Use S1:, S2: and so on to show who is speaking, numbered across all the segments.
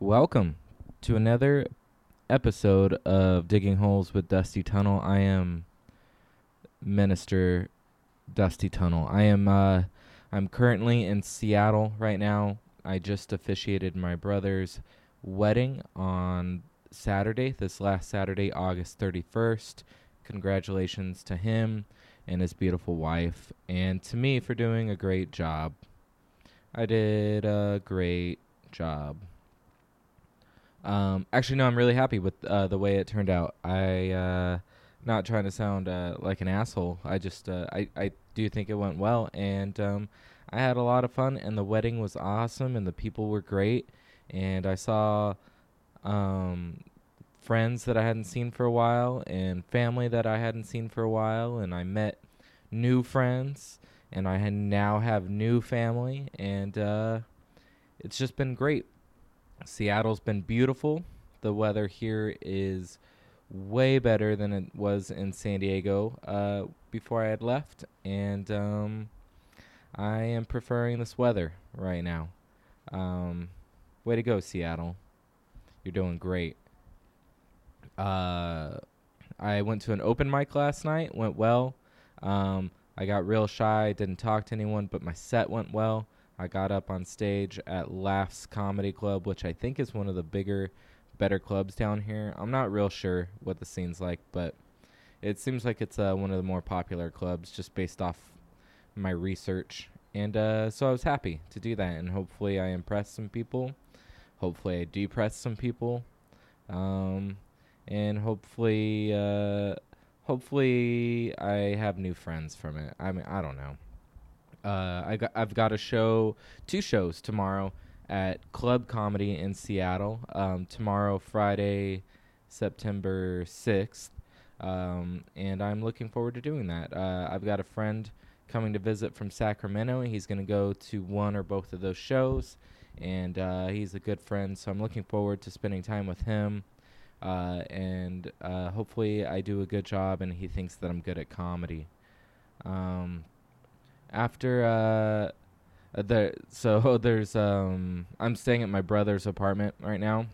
S1: Welcome to another episode of Digging Holes with Dusty Tunnel. I am Minister Dusty Tunnel. I am uh I'm currently in Seattle right now. I just officiated my brother's wedding on Saturday, this last Saturday, August 31st. Congratulations to him and his beautiful wife and to me for doing a great job. I did a great job. Um, actually, no, I'm really happy with uh, the way it turned out. I, uh, not trying to sound uh, like an asshole. I just, uh, I, I do think it went well, and um, I had a lot of fun, and the wedding was awesome, and the people were great, and I saw um, friends that I hadn't seen for a while, and family that I hadn't seen for a while, and I met new friends, and I had now have new family, and uh, it's just been great. Seattle's been beautiful. The weather here is way better than it was in San Diego uh, before I had left, and um, I am preferring this weather right now. Um, way to go, Seattle! You're doing great. Uh, I went to an open mic last night. Went well. Um, I got real shy. Didn't talk to anyone, but my set went well. I got up on stage at Laughs Comedy Club, which I think is one of the bigger, better clubs down here. I'm not real sure what the scene's like, but it seems like it's uh, one of the more popular clubs just based off my research. And uh, so I was happy to do that, and hopefully I impressed some people. Hopefully I depressed some people. Um, and hopefully, uh, hopefully I have new friends from it. I mean, I don't know. Uh, I got, I've got a show, two shows tomorrow at Club Comedy in Seattle. Um, tomorrow, Friday, September 6th. Um, and I'm looking forward to doing that. Uh, I've got a friend coming to visit from Sacramento. and He's going to go to one or both of those shows. And uh, he's a good friend, so I'm looking forward to spending time with him. Uh, and uh, hopefully, I do a good job, and he thinks that I'm good at comedy. Um, after uh the so there's um I'm staying at my brother's apartment right now.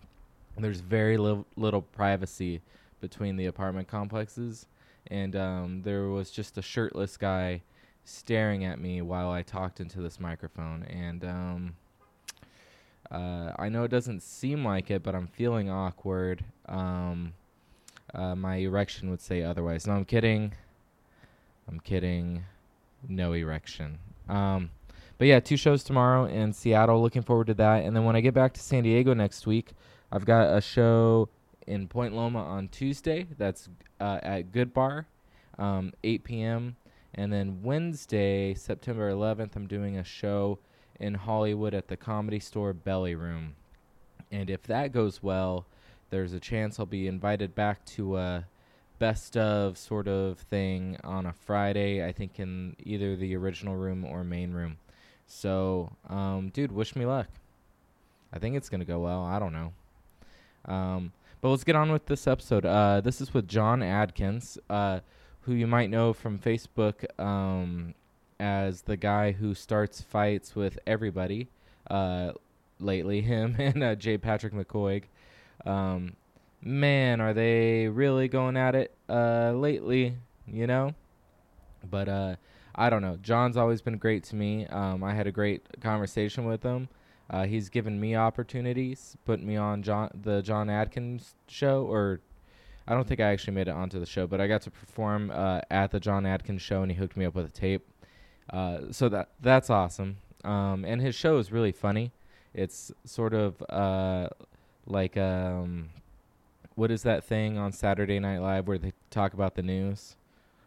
S1: There's very li- little privacy between the apartment complexes and um there was just a shirtless guy staring at me while I talked into this microphone and um uh, I know it doesn't seem like it, but I'm feeling awkward. Um, uh, my erection would say otherwise. No, I'm kidding. I'm kidding no erection. Um, but yeah, two shows tomorrow in Seattle. Looking forward to that. And then when I get back to San Diego next week, I've got a show in Point Loma on Tuesday. That's uh, at Good Bar, um, 8 p.m. And then Wednesday, September 11th, I'm doing a show in Hollywood at the Comedy Store Belly Room. And if that goes well, there's a chance I'll be invited back to uh, a best of sort of thing on a Friday, I think in either the original room or main room. So, um, dude, wish me luck. I think it's going to go well. I don't know. Um, but let's get on with this episode. Uh, this is with John Adkins, uh, who you might know from Facebook um, as the guy who starts fights with everybody uh, lately, him and uh, J. Patrick McCoy. Um, man, are they really going at it uh, lately, you know? But uh, I don't know. John's always been great to me. Um, I had a great conversation with him. Uh, he's given me opportunities, put me on John the John Adkins show, or I don't think I actually made it onto the show, but I got to perform uh, at the John Adkins show, and he hooked me up with a tape. Uh, so that that's awesome. Um, and his show is really funny. It's sort of uh, like um, what is that thing on Saturday Night Live where they talk about the news?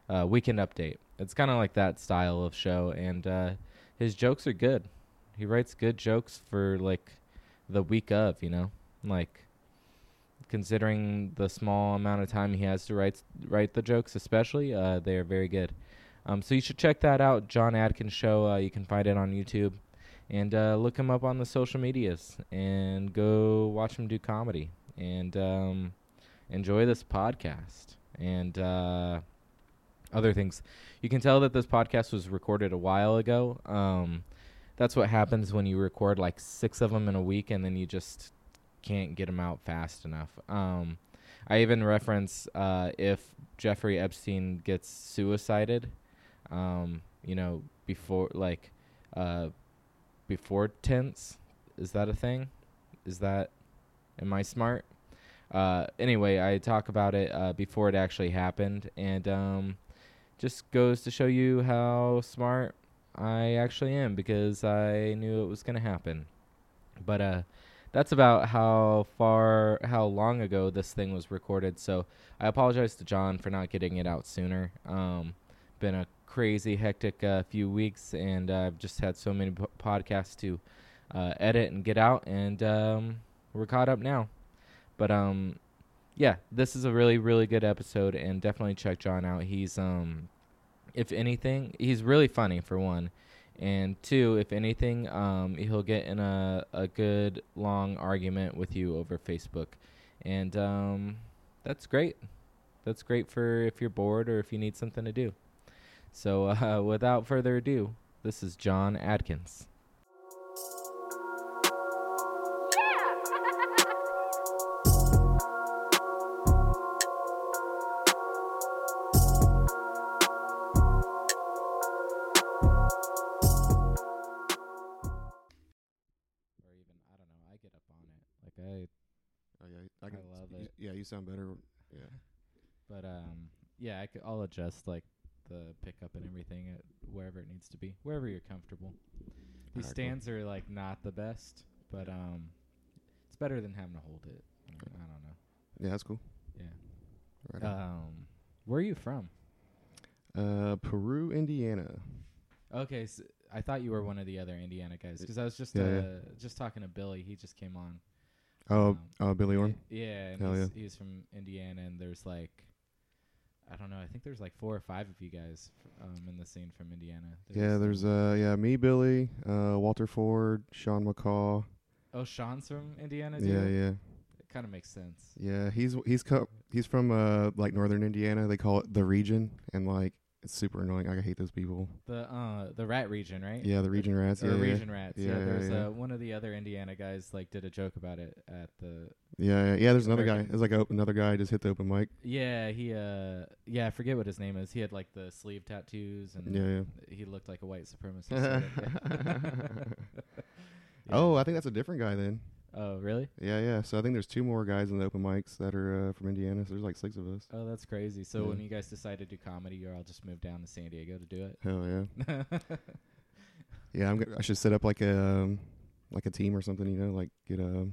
S1: Uh, Weekend Update. It's kind of like that style of show, and uh, his jokes are good. He writes good jokes for like the week of, you know, like considering the small amount of time he has to write write the jokes, especially uh, they are very good. Um, so you should check that out, John Adkins show. Uh, you can find it on YouTube, and uh, look him up on the social medias, and go watch him do comedy, and um, enjoy this podcast and uh, other things. You can tell that this podcast was recorded a while ago. Um, that's what happens when you record like six of them in a week, and then you just can't get them out fast enough. Um, I even reference uh, if Jeffrey Epstein gets suicided, um, you know, before like uh, before tense. Is that a thing? Is that am I smart? Uh, anyway, I talk about it uh, before it actually happened, and um, just goes to show you how smart I actually am because I knew it was going to happen. But uh, that's about how far, how long ago this thing was recorded. So I apologize to John for not getting it out sooner. Um, been a crazy, hectic uh, few weeks, and I've just had so many po- podcasts to uh, edit and get out, and um, we're caught up now. But um, yeah, this is a really, really good episode, and definitely check John out. He's um, if anything, he's really funny for one, and two, if anything, um, he'll get in a a good long argument with you over Facebook, and um, that's great. That's great for if you're bored or if you need something to do. So, uh, without further ado, this is John Adkins. Or even I don't know. I get up on it. Like I
S2: Oh, yeah, I, can,
S1: love
S2: you,
S1: it.
S2: Yeah, you sound better. Yeah,
S1: But um, yeah, I could, I'll adjust like the pickup and everything at wherever it needs to be, wherever you're comfortable. These
S2: Alright, cool.
S1: stands are like not the best, but um, it's better than having to hold it. I mean, I don't know.
S2: yeah, that's cool.
S1: Yeah.
S2: Right on.
S1: Um, where are you from?
S2: uh, Peru, Indiana.
S1: Okay, s I I thought you were one of the other Indiana guys because I was just
S2: Yeah,
S1: uh,
S2: yeah.
S1: just talking to Billy. He just came on.
S2: Oh,
S1: Um,
S2: oh, Billy Orr.
S1: Yeah, and
S2: Hell
S1: he's, he's from Indiana, and there's like, I don't know, I think there's like four or five of you guys f- um, in the scene from Indiana. They're
S2: Yeah,
S1: just-
S2: there's uh, yeah, me, Billy, uh, Walter Ford, Sean McCaw.
S1: Oh, Sean's from Indiana. Too?
S2: Yeah, yeah,
S1: It kind of makes sense.
S2: yeah. He's he's co- he's from uh like northern Indiana. They call it the region, and like it's super annoying. I hate those people.
S1: The uh, the rat region, right?
S2: Yeah, the region rats.
S1: Or
S2: Yeah, yeah.
S1: region rats. Yeah,
S2: Yeah, yeah,
S1: there's
S2: yeah.
S1: Uh, one of the other Indiana guys like did a joke about it at the.
S2: yeah, yeah, yeah. There's another guy.
S1: American.
S2: There's like a, another guy just hit the open mic.
S1: Yeah, he uh, yeah, I forget what his name is. He had like the sleeve tattoos and
S2: Yeah, yeah.
S1: he looked like a white supremacist. sort of. Yeah.
S2: Oh, I think that's a different guy then.
S1: oh, really?
S2: Yeah, yeah. So I think there's two more guys in the open mics that are uh, from Indiana. So there's like six of us.
S1: Oh, that's crazy. So
S2: Yeah.
S1: when you guys decide to do comedy, you all just move down to San Diego to do
S2: Hell yeah.
S1: it.
S2: Yeah, I'm gonna, I should set up like a um, like a team or something. You know, like get a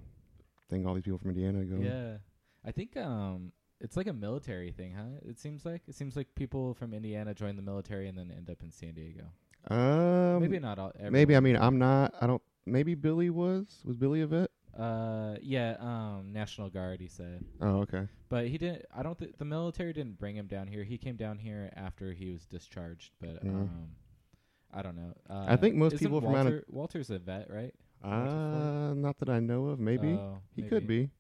S2: thing. All these people from Indiana go.
S1: yeah, I think um, it's like a military thing, huh? It seems like it seems like people from Indiana join the military and then end up in San Diego.
S2: Um,
S1: maybe
S2: maybe.
S1: not all. Everyone.
S2: Maybe I mean I'm not. I don't. Maybe Billy was was Billy a vet?
S1: uh, yeah, um, National Guard. He said,
S2: Oh, okay.
S1: but he didn't. I don't think the military didn't bring him down here. He came down here after he was discharged, but
S2: Mhm.
S1: um, I don't know. Uh,
S2: I think most
S1: isn't
S2: people from out of-
S1: Walter, Walter's a vet, right? Walter Ford?
S2: Uh, not that I know of. Maybe
S1: Oh,
S2: he
S1: maybe.
S2: could be.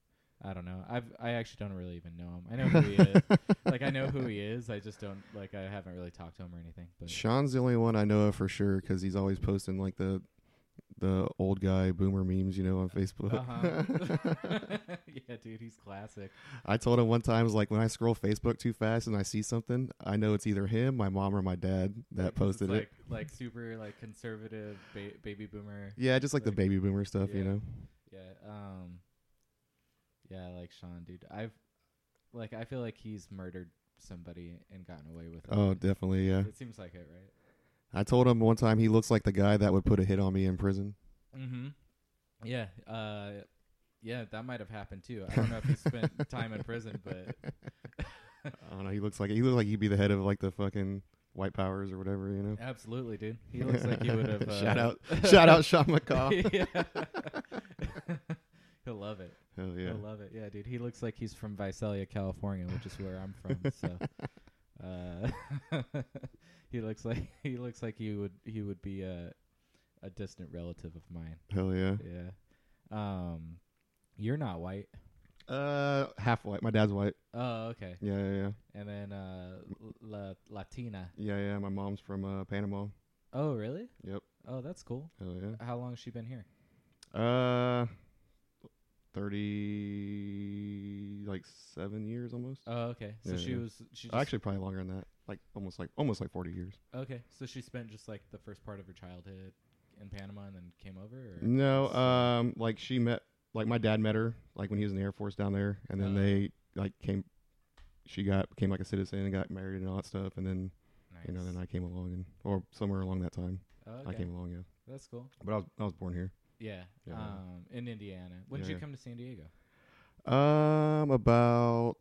S1: I don't know. I've I actually don't really even know him. I know who he is. Like I know who he is. I just don't like I haven't really talked to him or anything. But
S2: Sean's the only one I know of for sure because he's always posting like the the old guy boomer memes, you know, on Facebook.
S1: uh-huh. yeah, dude, he's classic.
S2: I told him one time, I was like, when I scroll Facebook too fast and I see something, I know it's either him, my mom, or my dad
S1: Because
S2: that
S1: it's
S2: posted
S1: like,
S2: it.
S1: Like super like conservative ba- baby boomer.
S2: Yeah, just like,
S1: like-
S2: the baby boomer stuff, you
S1: yeah.
S2: know.
S1: Yeah. Um. Yeah, I like Sean, dude. I've like I feel like he's murdered somebody and gotten away with it.
S2: Oh, definitely, yeah.
S1: It seems like it, right?
S2: I told him one time he looks like the guy that would put a hit on me in prison.
S1: Mm-hmm. Yeah. Uh. Yeah, that might have happened too. I don't know if he spent time in prison, but
S2: I don't know. He looks like he looks like he'd be the head of like the fucking white powers or whatever, you know.
S1: Absolutely, dude. He looks like he would have. Uh,
S2: shout out, shout out, Sean McCall.
S1: yeah. He'll love it.
S2: Hell yeah.
S1: He'll love it. Yeah, dude. He looks like he's from Visalia, California, which is where I'm from. So, uh, he looks like he looks like he would he would be a a distant relative of mine.
S2: Hell yeah.
S1: Yeah. Um, you're not white.
S2: Uh, half white. My dad's white.
S1: Oh, okay.
S2: Yeah, yeah, yeah,
S1: And then uh, l- la- Latina.
S2: yeah, yeah. My mom's from uh, Panama.
S1: Oh, really?
S2: Yep.
S1: Oh, that's cool.
S2: Hell yeah.
S1: How long has she been here?
S2: Uh, thirty, like seven years almost.
S1: Oh, okay. So
S2: Yeah,
S1: she
S2: yeah.
S1: was she just,
S2: Actually, probably longer than that. Like almost like almost like forty years.
S1: okay. So she spent just like the first part of her childhood in Panama and then came over. Or?
S2: No, um, like she met, like my dad met her, like when he was in the Air Force down there, and then
S1: Oh.
S2: they like came. She got became like a citizen and got married and all that stuff, and then
S1: nice.
S2: you know then I came along and or somewhere along that time
S1: oh,
S2: I
S1: okay.
S2: came along yeah,
S1: That's cool.
S2: but I was I was born here.
S1: Yeah.
S2: Yeah.
S1: Um, in Indiana. When did
S2: Yeah,
S1: you
S2: yeah.
S1: come to San Diego?
S2: Um, about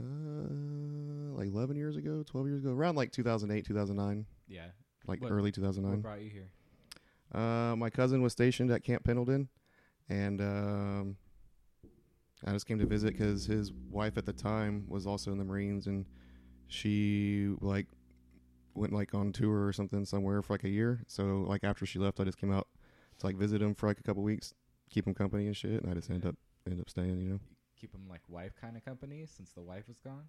S2: uh like eleven years ago, twelve years ago, around like two thousand eight, two thousand nine,
S1: Yeah.
S2: like
S1: What-
S2: early two thousand
S1: What
S2: nine.
S1: brought you here?
S2: Uh, my cousin was stationed at Camp Pendleton, and um, I just came to visit because his wife at the time was also in the Marines, and she like went like on tour or something somewhere for like a year. So like after she left, I just came out to like visit him for like a couple weeks, keep him company and shit, and I just ended up ended up staying, you know.
S1: Keep them like wife kind of company since the wife was gone.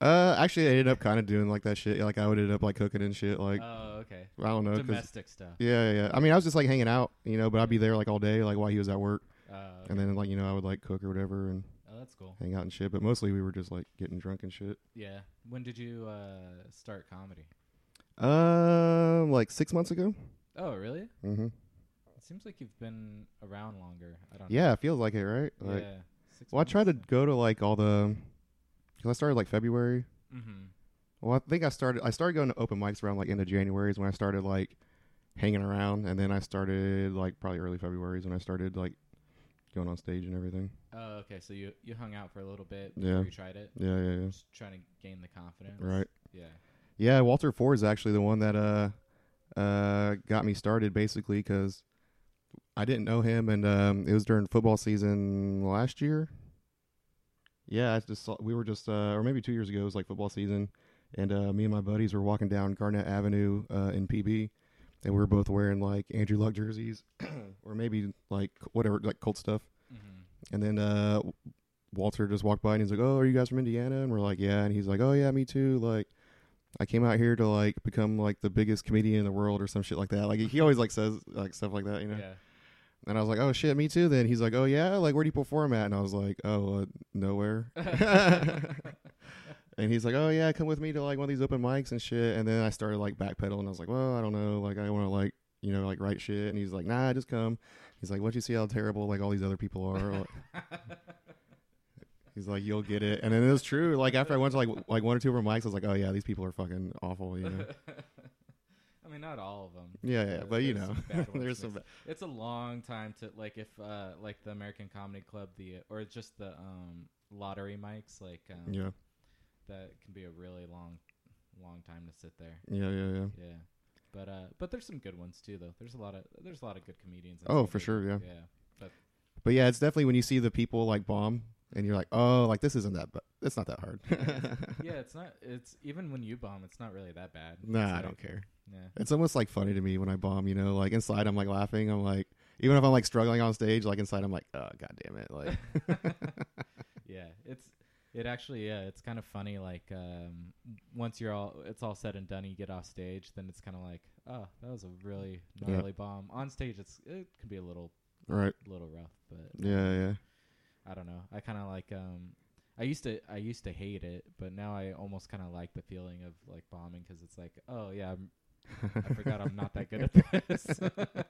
S2: Uh, actually, I ended up kind of doing like that shit. Like I would end up like cooking and shit. Like
S1: oh, okay.
S2: I don't know, 'cause-
S1: Domestic stuff.
S2: yeah, yeah, yeah. I mean, I was just like hanging out, you know, but I'd be there like all day, like while he was at work.
S1: Oh, okay.
S2: And then like you know I would like cook or whatever and
S1: oh, that's cool.
S2: hang out and shit, but mostly we were just like getting drunk and shit.
S1: Yeah. When did you uh, start comedy?
S2: Um, like six months ago.
S1: Oh, really?
S2: Mm-hmm.
S1: It seems like you've been around longer. I don't.
S2: Yeah, it feels like it, right? Like,
S1: yeah. Six
S2: Well, I tried to
S1: months.
S2: go to like all the, cause I started like February.
S1: Mhm.
S2: Well, I think I started. I started going to open mics around like end of January is when I started like hanging around, and then I started like probably early February is when I started like going on stage and everything.
S1: Oh, okay. So you you hung out for a little bit
S2: Yeah.
S1: before you tried it.
S2: Yeah, yeah, yeah.
S1: Just trying to gain the confidence.
S2: Right.
S1: Yeah.
S2: Yeah, Walter Ford is actually the one that uh uh got me started basically because I didn't know him, and um, it was during football season last year. Yeah, I just saw, we were just uh, or maybe two years ago it was like football season, and uh, me and my buddies were walking down Garnett Avenue uh, in PB, and we were both wearing like Andrew Luck jerseys or maybe like whatever like Colt stuff,
S1: hmm
S2: and then uh, Walter just walked by and he's like, "Oh, are you guys from Indiana?" And we're like, "Yeah." And he's like, "Oh yeah, me too." Like, I came out here to like become like the biggest comedian in the world or some shit like that. Like he always like says like stuff like that, you know.
S1: Yeah.
S2: And I was like, "Oh shit, me too." Then he's like, "Oh yeah, like where do you perform at?" And I was like, "Oh, uh, nowhere." and he's like, "Oh yeah, come with me to like one of these open mics and shit." And then I started like backpedaling. I was like, "Well, I don't know. Like I want to like you know like write shit." And he's like, "Nah, just come." He's like, "What you see how terrible like all these other people are?" Like, He's like, you'll get it, and then it was true. Like after I went to like w- like one or two of her mics, I was like, oh yeah, these people are fucking awful. You know?
S1: I mean, not all of them.
S2: Yeah, yeah, but you know,
S1: there's
S2: there's
S1: some.
S2: some.
S1: bad ones mixed. It's a long time to like if uh like the American Comedy Club the uh, or just the um lottery mics like um,
S2: Yeah,
S1: that can be a really long long time to sit there.
S2: yeah, yeah, yeah.
S1: Yeah. But uh but there's some good ones too though. There's a lot of there's a lot of good comedians. in
S2: Oh,
S1: San
S2: for
S1: Diego.
S2: sure, yeah.
S1: Yeah.
S2: But yeah, it's definitely when you see the people like bomb, and you're like, oh, like this isn't that, but it's not that hard.
S1: Yeah, it's not it's even when you bomb it's not really that bad. It's
S2: nah, I
S1: like-
S2: don't care.
S1: Yeah.
S2: It's almost like funny to me when I bomb. You know, like inside I'm like laughing. I'm like, even if I'm like struggling on stage, like inside I'm like, oh god damn it, like
S1: yeah, it's it actually yeah, it's kind of funny. Like um, once you're all it's all said and done, you get off stage, then it's kind of like oh that was a really
S2: Yeah.
S1: gnarly bomb. On stage, it's it can be a little
S2: right,
S1: little rough, but
S2: yeah, yeah.
S1: I don't know. I kind of like um. I used to I used to hate it, but now I almost kind of like the feeling of like bombing because it's like, oh yeah, I'm, I forgot I'm not that good at this.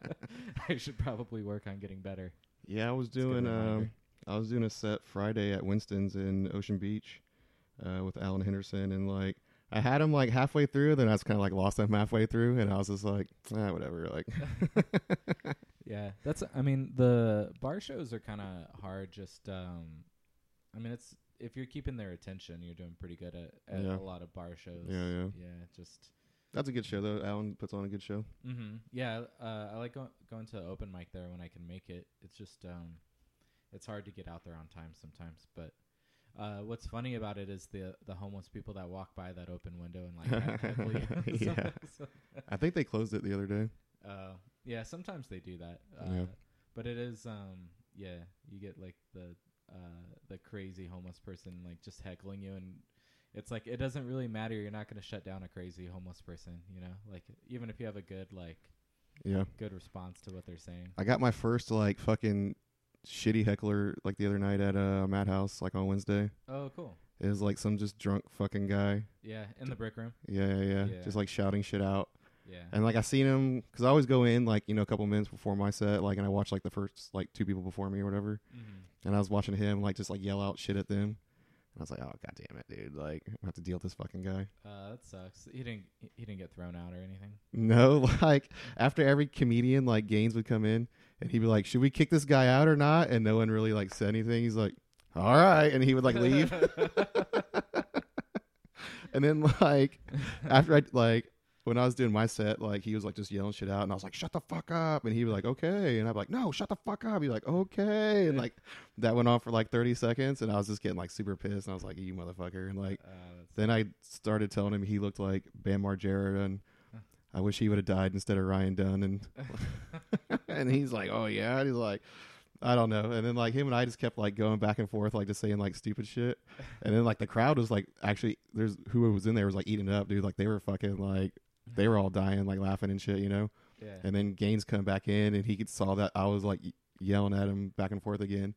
S1: I should probably work on getting better.
S2: Yeah, I was
S1: a good
S2: doing um,
S1: reminder.
S2: I was doing a set Friday at Winston's in Ocean Beach, uh, with Alan Henderson, and like I had him like halfway through, then I was kind of like lost him halfway through, and I was just like, ah, whatever, like
S1: Yeah, that's. I mean, the bar shows are kind of hard. Just, um, I mean, it's if you're keeping their attention, you're doing pretty good at, at
S2: Yeah.
S1: a lot of bar shows.
S2: Yeah, yeah.
S1: yeah. Just,
S2: that's a good show though. Alan puts on a good show.
S1: mm-hmm. yeah. Uh, I like go- going to the open mic there when I can make it. It's just, um, it's hard to get out there on time sometimes. But uh, what's funny about it is the the homeless people that walk by that open window and like, cat- heckle you.
S2: Yeah.
S1: So-
S2: I think they closed it the other day.
S1: Uh, yeah, sometimes they do that. Uh,
S2: Yeah.
S1: But it is, um, yeah, you get like the uh, the crazy homeless person like just heckling you, and it's like it doesn't really matter. You're not gonna shut down a crazy homeless person, you know. Like even if you have a good like
S2: Yeah.
S1: good response to what they're saying.
S2: I got my first like fucking shitty heckler like the other night at uh, Madhouse like on Wednesday.
S1: Oh, cool.
S2: It was like some just drunk fucking guy.
S1: Yeah, in the brick room.
S2: Yeah, yeah, yeah.
S1: Yeah.
S2: Just like shouting shit out.
S1: Yeah.
S2: And like I seen him cuz I always go in like, you know, a couple minutes before my set like and I watch like the first like two people before me or whatever.
S1: Mhm.
S2: And I was watching him like just like yell out shit at them. And I was like, "Oh god damn it, dude. Like I have to deal with this fucking guy."
S1: Uh, that sucks. He didn't. He he didn't get thrown out or anything.
S2: No, like after every comedian like Gaines would come in and he'd be like, "Should we kick this guy out or not?" And no one really like said anything. He's like, "All right." And he would like leave. And then like after I like when I was doing my set, like he was like just yelling shit out, and I was like, "Shut the fuck up!" And he was like, "Okay," and I'm like, "No, shut the fuck up!" He's like, "Okay," and like that went on for like 30 seconds, and I was just getting like super pissed, and I was like, "You motherfucker!" And like
S1: Uh, that's-
S2: then I started telling him he looked like Bam Margera, and I wish he would have died instead of Ryan Dunn, and and he's like, "Oh yeah," and he's like. I don't know. And then like him and I just kept like going back and forth, like just saying like stupid shit. And then like the crowd was like actually there's who was in there was like eating it up, dude. Like they were fucking like they were all dying, like laughing and shit, you know.
S1: yeah.
S2: And then Gaines come back in and he could- saw that I was like yelling at him back and forth again.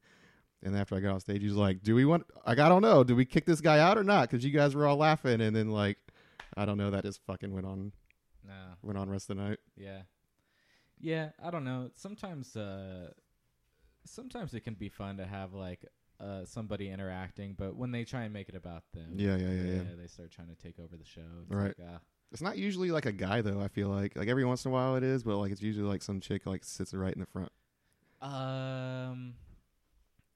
S2: And after I got off stage, he was like, "Do we want? Like, I don't know. Do we kick this guy out or not? Because you guys were all laughing." And then like, I don't know. That just fucking went on
S1: no.
S2: went on rest of the night.
S1: Yeah. Yeah, I don't know. Sometimes uh sometimes it can be fun to have like uh somebody interacting, but when they try and make it about them.
S2: Yeah, yeah, yeah, yeah.
S1: they start trying to take over the show. It's
S2: Right.
S1: like, ah,
S2: It's not usually like a guy though. I feel like like every once in a while it is, but like it's usually like some chick like sits right in the front.
S1: uh, um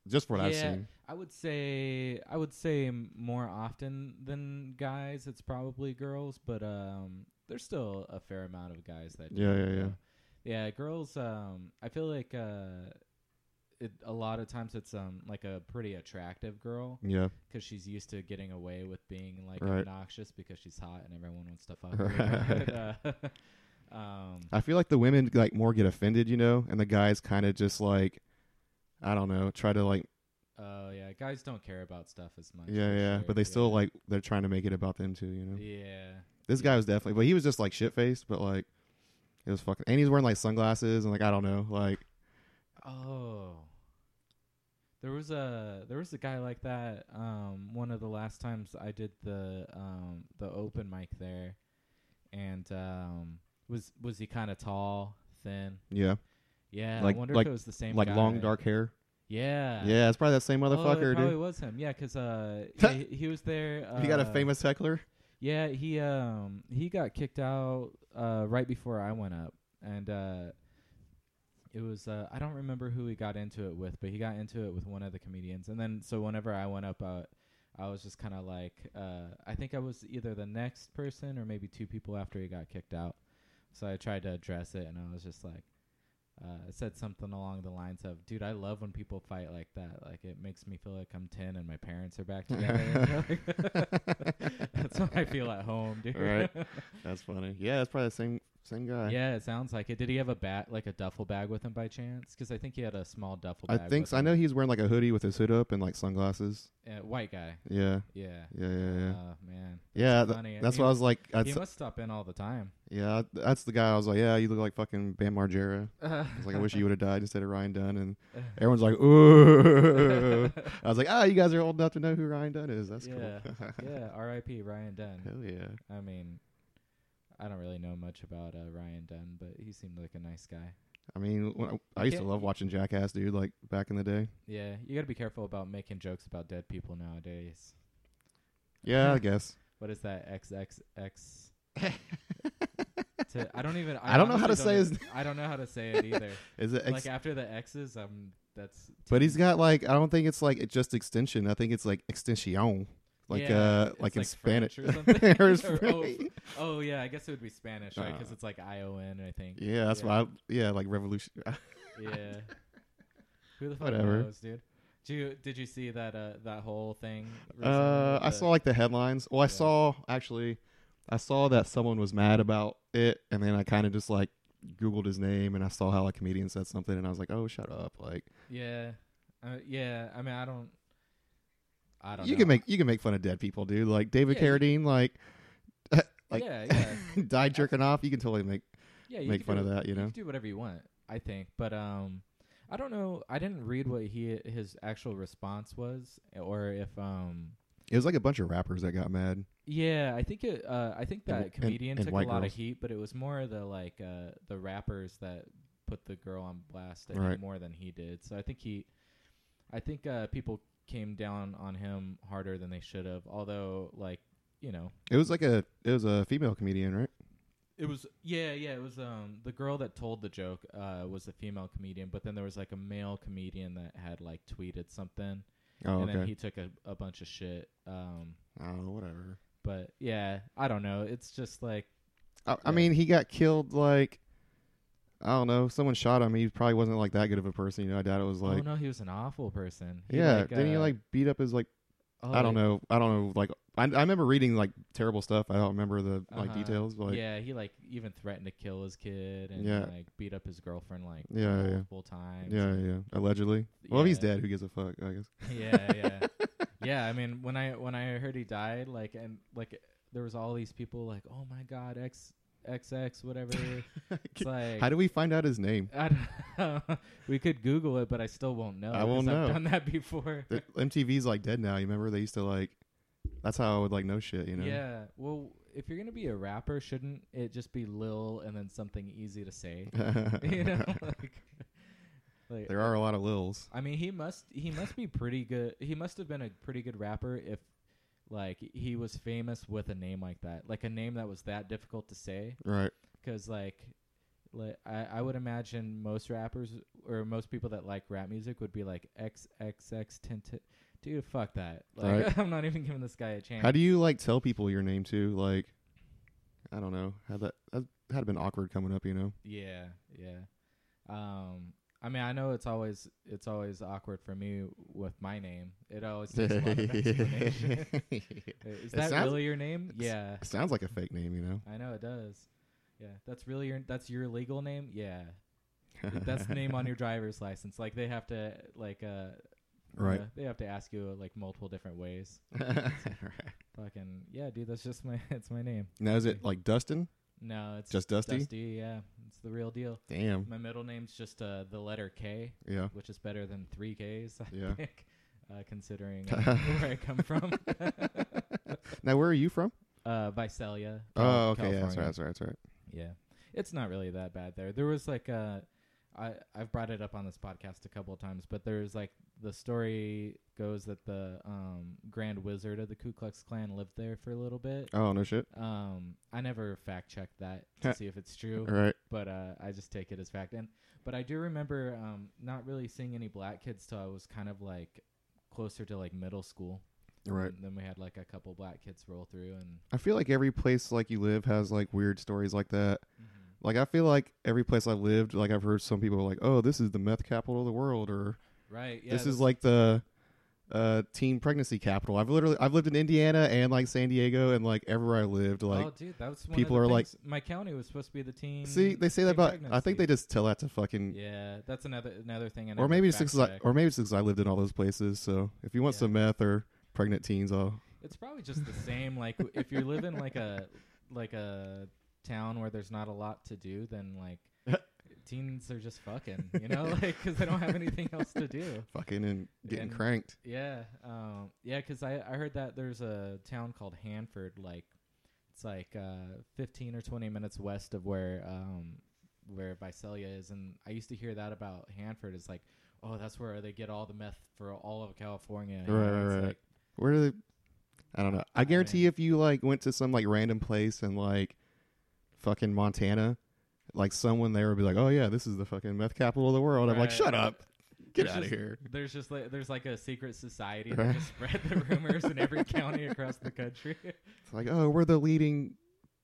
S2: Just what I've
S1: Yeah.
S2: seen.
S1: I would say I would say m- more often than guys, it's probably girls, but um there's still a fair amount of guys that do
S2: Yeah,
S1: it,
S2: yeah, yeah.
S1: though. Yeah, girls um I feel like uh it, a lot of times it's um like a pretty attractive girl
S2: Yeah.
S1: because she's used to getting away with being like
S2: Right.
S1: obnoxious because she's hot and everyone wants to fuck her. Uh, um,
S2: I feel like the women like more get offended, you know, and the guys kind of just like, I don't know, try to like,
S1: oh yeah, guys don't care about stuff as much.
S2: yeah,
S1: for
S2: yeah,
S1: sure,
S2: but they still
S1: yeah.
S2: like they're trying to make it about them too, you know.
S1: Yeah,
S2: This guy was definitely, but he was just like shit faced, but like it was fucking, and he's wearing like sunglasses and like I don't know, like
S1: Oh. There was a there was a guy like that um one of the last times I did the um the open mic there and um was was he kind of tall, thin?
S2: yeah,
S1: Yeah,
S2: Like-
S1: I wonder
S2: like-
S1: if it was the same
S2: like long
S1: guy.
S2: dark hair.
S1: Yeah.
S2: yeah, it's probably that same
S1: oh, it
S2: motherfucker,
S1: probably
S2: dude.
S1: was him. Yeah, because uh, yeah, he, he was there. Uh,
S2: he got a famous heckler.
S1: Yeah, he um he got kicked out uh right before I went up, and uh, it was uh I don't remember who he got into it with, but he got into it with one of the comedians, and then so whenever I went up, uh, I was just kind of like uh I think I was either the next person or maybe two people after he got kicked out, so I tried to address it, and I was just like. Uh, I said something along the lines of, "Dude, I love when people fight like that. Like it makes me feel like I'm ten and my parents are back together. That's what I feel at home, dude.
S2: Right. That's funny. Yeah, it's probably the same same guy.
S1: yeah, it sounds like it. Did he have a bat, like a duffel bag, with him by chance? Because I think he had a small duffel.
S2: I
S1: bag
S2: think
S1: with
S2: so. I
S1: him.
S2: know he's wearing like a hoodie with his hood up and like sunglasses.
S1: Uh, white guy.
S2: Yeah,
S1: Yeah.
S2: yeah, yeah, yeah.
S1: Oh man.
S2: yeah, th-
S1: funny.
S2: that's
S1: He
S2: what I
S1: mu-
S2: was like. I'd
S1: he
S2: s-
S1: must stop in all the time.
S2: Yeah, I- that's the guy. I was like, yeah, you look like fucking Bam Margera.
S1: I
S2: I was like, I wish you would have died instead of Ryan Dunn. And everyone's like, ooh. I was like, ah, you guys are old enough to know who Ryan Dunn is. That's
S1: Yeah.
S2: cool.
S1: yeah. R.I.P. Ryan Dunn.
S2: Hell yeah.
S1: I mean, I don't really know much about uh, Ryan Dunn, but he seemed like a nice guy.
S2: I mean, when I, I used to
S1: can't-
S2: love watching Jackass, dude, like back in the day.
S1: Yeah, you got to be careful about making jokes about dead people nowadays.
S2: Yeah, I guess.
S1: What is that? XXX. to, I don't even.
S2: I don't know how
S1: honestly
S2: to say
S1: don't
S2: his
S1: even- I don't know how to say it either.
S2: Is it? Ex-
S1: like after the X's, um, that's.
S2: but he's
S1: he's
S2: got like, I don't think it's like it's just extension. I think it's like extension. Like,
S1: Yeah,
S2: uh,
S1: it's
S2: like in
S1: like
S2: Spanish.
S1: French or something.
S2: Or it's
S1: Or- oh,
S2: French.
S1: Oh yeah, I guess it would be Spanish, right? 'Cause
S2: Uh,
S1: it's like I O N, I think.
S2: yeah, that's
S1: Yeah.
S2: why. I, yeah, like revolution. uh,
S1: Yeah. Who the fuck
S2: Whatever.
S1: knows, dude? Did you did you see that uh that whole thing? recently
S2: Uh,
S1: with
S2: I
S1: the-
S2: saw like the headlines. Well, I
S1: Yeah.
S2: saw actually, I saw that someone was mad about it, and then I kind of just like Googled his name, and I saw how a comedian said something, and I was like, "Oh, shut up!" Like
S1: Yeah, uh, yeah. I mean, I don't. I don't.
S2: you
S1: know.
S2: can make you can make fun of dead people, dude. Like David
S1: Yeah, you-
S2: Carradine, like like
S1: yeah, yeah,
S2: died jerking off. You can totally make.
S1: yeah, you
S2: make
S1: could
S2: fun
S1: do,
S2: of that, you know?
S1: could do whatever you want, I think. But um, I don't know. I didn't read what he his actual response was, or if um,
S2: It was like a bunch of rappers that got mad.
S1: yeah, I think it. Uh, I think
S2: And
S1: that
S2: w- and-
S1: comedian
S2: and
S1: took
S2: white
S1: a lot
S2: girls.
S1: of heat, but it was more the like uh the rappers that put the girl on blast I think,
S2: Right.
S1: more than he did. So I think he, I think uh people came down on him harder than they should have. Although like you know
S2: It was like a it was a female comedian, right?
S1: It was yeah, yeah. It was um the girl that told the joke uh was the female comedian, but then there was like a male comedian that had like tweeted something,
S2: Oh,
S1: and then
S2: okay.
S1: he took a, a bunch of shit. Um,
S2: Oh, whatever.
S1: but yeah, I don't know. It's just like
S2: I, I
S1: Yeah.
S2: mean, he got killed like I don't know. Someone shot him. He probably wasn't like that good of a person, you know. I doubt it was like
S1: oh no, he was an awful person. He,
S2: yeah. Didn't he
S1: uh,
S2: like beat up his like
S1: oh,
S2: I don't
S1: like-
S2: know. I don't know. Like I, I remember reading like terrible stuff. I don't remember the like
S1: Uh-huh.
S2: details. But, like
S1: yeah, he like even threatened to kill his kid and
S2: Yeah.
S1: like beat up his girlfriend like
S2: Yeah, yeah.
S1: multiple times.
S2: yeah, yeah. Allegedly. Well, if he's
S1: Yeah.
S2: dead, who gives a fuck? I guess.
S1: yeah, yeah, yeah. I mean, when I when I heard he died, like, and like, there was all these people like, "Oh my God, X XX, whatever." It's like,
S2: How do we find out his name?
S1: I don't know. we could Google it, but I still won't know.
S2: I
S1: 'cause
S2: won't
S1: I've
S2: know.
S1: done that before.
S2: The- MTV's like dead now. You remember they used to like. That's how I would like know shit. You know.
S1: Yeah. Well, if you're gonna be a rapper, shouldn't it just be Lil and then something easy to say? you know, like, like
S2: there are a lot of lils.
S1: I mean, he must he must be pretty good. He must have been a pretty good rapper if like he was famous with a name like that, like a name that was that difficult to say.
S2: Right.
S1: Because like, like I, I would imagine most rappers or most people that like rap music would be like XXX Tenta. Dude, fuck that. Like,
S2: Right.
S1: I'm not even giving this guy a chance.
S2: How do you like tell people your name too? Like, I don't know. How that that had been awkward coming up. You know.
S1: Yeah, yeah. Um, I mean, I know it's always it's always awkward for me with my name. It always takes a lot of explanation. Is that
S2: sounds-
S1: really your name?
S2: it's-
S1: Yeah,
S2: Sounds like a fake name. You know.
S1: I know it does. Yeah, that's really your that's your legal name. Yeah, that's the name on your driver's license. Like they have to like uh
S2: Right.
S1: uh, they have to ask you like multiple different ways.
S2: right.
S1: Fucking yeah, dude. That's just my it's my name.
S2: Now is it like Dustin?
S1: No, it's
S2: Just Dusty? Mm.
S1: Dusty. Yeah, it's the real deal.
S2: Damn.
S1: My middle name's just uh the letter K.
S2: Yeah.
S1: which is better than three Ks, I
S2: Yeah.
S1: think, uh, considering uh, where I come from.
S2: Now where are you from?
S1: uh, Visalia.
S2: Oh,
S1: Cal-
S2: okay.
S1: California.
S2: Yeah, that's right. That's right. That's right.
S1: Yeah. It's not really that bad there. There was like uh I I've brought it up on this podcast a couple of times, but there's like the story goes that the um Grand Wizard of the Ku Klux Klan lived there for a little bit.
S2: Oh no shit.
S1: Um I never fact checked that to see if it's true
S2: All right.
S1: but uh, I just take it as fact. And but I do remember um, not really seeing any black kids till I was kind of like closer to like middle school.
S2: Right.
S1: And then we had like a couple black kids roll through, and
S2: I feel like every place like you live has like weird stories like that. Like I feel like every place I've lived, like I've heard some people are like, "Oh, this is the meth capital of the world," or
S1: right, yeah,
S2: "This
S1: that's-
S2: is like the uh, teen pregnancy capital." I've literally I've lived in Indiana and like San Diego and like everywhere I lived. Like,
S1: oh, dude, that was one of
S2: people
S1: the
S2: are like-
S1: things- my county was supposed to be the team.
S2: see, they say that
S1: teen
S2: about. I think they
S1: pregnancy.
S2: just tell that to fucking,
S1: Yeah, that's another another thing. I
S2: or
S1: never
S2: maybe it's
S1: fact
S2: because I,
S1: checked.
S2: or maybe it's because I lived in all those places. So if you want
S1: Yeah.
S2: some meth or pregnant teens, I'll
S1: It's probably just the same. Like w- if you live in like a like a town where there's not a lot to do, then like teens are just fucking, you know, like because they don't have anything else to do.
S2: fucking and getting
S1: And-
S2: cranked.
S1: Yeah, um, yeah, because I I heard that there's a town called Hanford, like it's like uh, 15 or 20 minutes west of where um where Visalia is, and I used to hear that about Hanford is like. Oh, that's where they get all the meth for all of California. you
S2: Right,
S1: know,
S2: right,
S1: it's
S2: right.
S1: like-
S2: Where do they? I don't know. I
S1: I
S2: guarantee
S1: mean-
S2: if you like went to some like random place in like fucking Montana, like someone there would be like, "Oh yeah, this is the fucking meth capital of the world." I'm like,
S1: Right.
S2: "Shut up, get
S1: There's
S2: out of
S1: just-
S2: here."
S1: There's just like there's like a secret society
S2: Right.
S1: that just spread the rumors in every county across the country.
S2: It's like, "Oh, we're the leading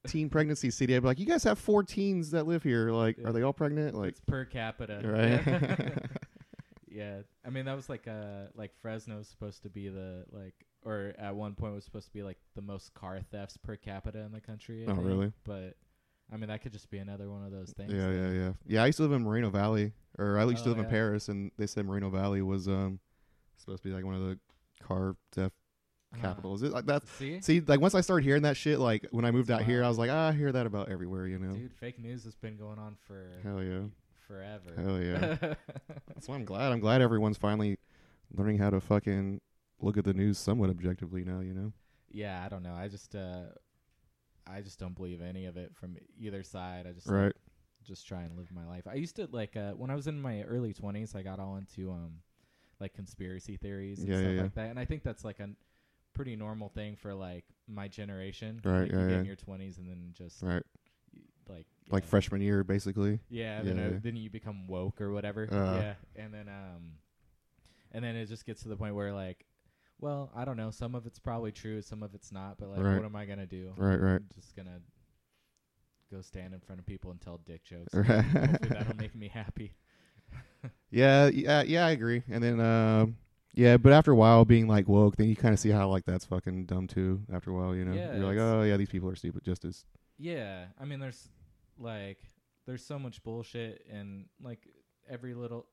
S2: teen pregnancy city." I'd be like, "You guys have four teens that live here. Like,
S1: Yeah.
S2: are they all pregnant?" Like,
S1: it's per capita,
S2: right?
S1: yeah, I mean that was like uh like Fresno's supposed to be the like or at one point was supposed to be like the most car thefts per capita in the country. I
S2: Oh,
S1: think.
S2: really?
S1: But I mean that could just be another one of those things.
S2: yeah, yeah, yeah, yeah. I used to live in Moreno Valley, or I used to
S1: Oh,
S2: live in
S1: yeah.
S2: Paris, and they said Moreno Valley was um supposed to be like one of the car theft capital. Is it like that?
S1: uh, See?
S2: See, like once I started hearing that shit, like when I moved out here,
S1: wild.
S2: I was like, ah, I hear that about everywhere, you know?
S1: Dude, fake news has been going on for
S2: Hell yeah.
S1: forever.
S2: Hell yeah. That's why I'm glad. I'm glad everyone's finally learning how to fucking look at the news somewhat objectively now, you know?
S1: yeah, I don't know. I just uh I just don't believe any of it from either side. I just like,
S2: Right.
S1: just try and live my life. I used to like uh when I was in my early 20s, I got all into um like conspiracy theories and
S2: Yeah,
S1: stuff
S2: yeah, yeah.
S1: like that. And I think that's like a n- pretty normal thing for like my generation.
S2: Right,
S1: like, you
S2: yeah,
S1: get in
S2: yeah.
S1: your 20s and then just
S2: Right.
S1: like you
S2: Like
S1: know,
S2: freshman year, basically.
S1: Yeah, then
S2: Yeah,
S1: uh,
S2: yeah.
S1: then you become woke or whatever.
S2: Uh.
S1: yeah, and then um, and then it just gets to the point where like, well, I don't know. Some of it's probably true, some of it's not. But like,
S2: Right.
S1: what am I gonna do?
S2: Right, right.
S1: I'm just gonna go stand in front of people and tell dick jokes. Hopefully
S2: Right.
S1: that'll make me happy.
S2: yeah, yeah, yeah, I agree. And then, um, yeah, but after a while, being like woke, then you kind of see how like that's fucking dumb too. After a while, you know,
S1: Yeah,
S2: you're like,
S1: it's-
S2: oh yeah, these people are stupid. Just as
S1: Yeah, I mean, there's like, there's so much bullshit and like every little.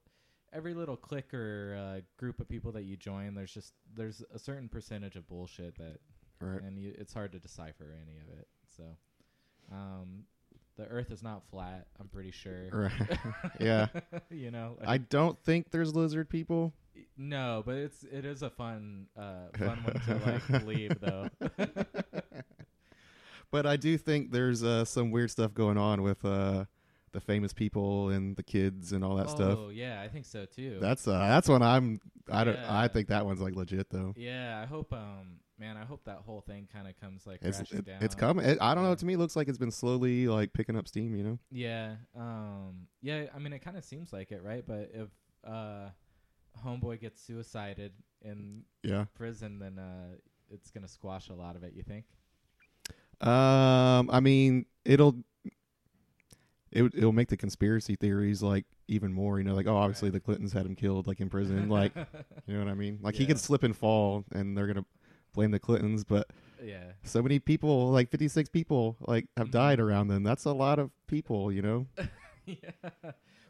S1: Every little clique or uh, group of people that you join, there's just there's a certain percentage of bullshit that
S2: right.
S1: and you, it's hard to decipher any of it. So, um, the Earth is not flat. I'm pretty sure.
S2: Right. yeah,
S1: you know,
S2: I
S1: like,
S2: don't think there's lizard people.
S1: no, but it's it is a fun uh fun one to like leave though.
S2: But I do think there's uh, some weird stuff going on with uh, the famous people and the kids and all that
S1: oh
S2: stuff.
S1: yeah, I think so too.
S2: That's uh, that's when I'm. I don't.
S1: Yeah.
S2: I think that one's like legit though.
S1: yeah, I hope um man, I hope that whole thing kind of comes like
S2: It's
S1: crashing
S2: it,
S1: down.
S2: it's coming. It, I don't know.
S1: Yeah.
S2: To me, it looks like it's been slowly like picking up steam. You know.
S1: Yeah. Um yeah, I mean it kind of seems like it, right? But if uh homeboy gets suicided in
S2: Yeah.
S1: prison, then uh it's going to squash a lot of it, you think?
S2: Um, I mean, it'll it would- it'll make the conspiracy theories like even more. You know, like oh, obviously
S1: Right.
S2: the Clintons had him killed, like in prison. like you know what I mean? Like he
S1: Yeah.
S2: could slip and fall, and they're gonna blame the Clintons. But
S1: yeah,
S2: so many people, like fifty six people, like have
S1: Mhm.
S2: died around them. That's a lot of people. You know?
S1: yeah.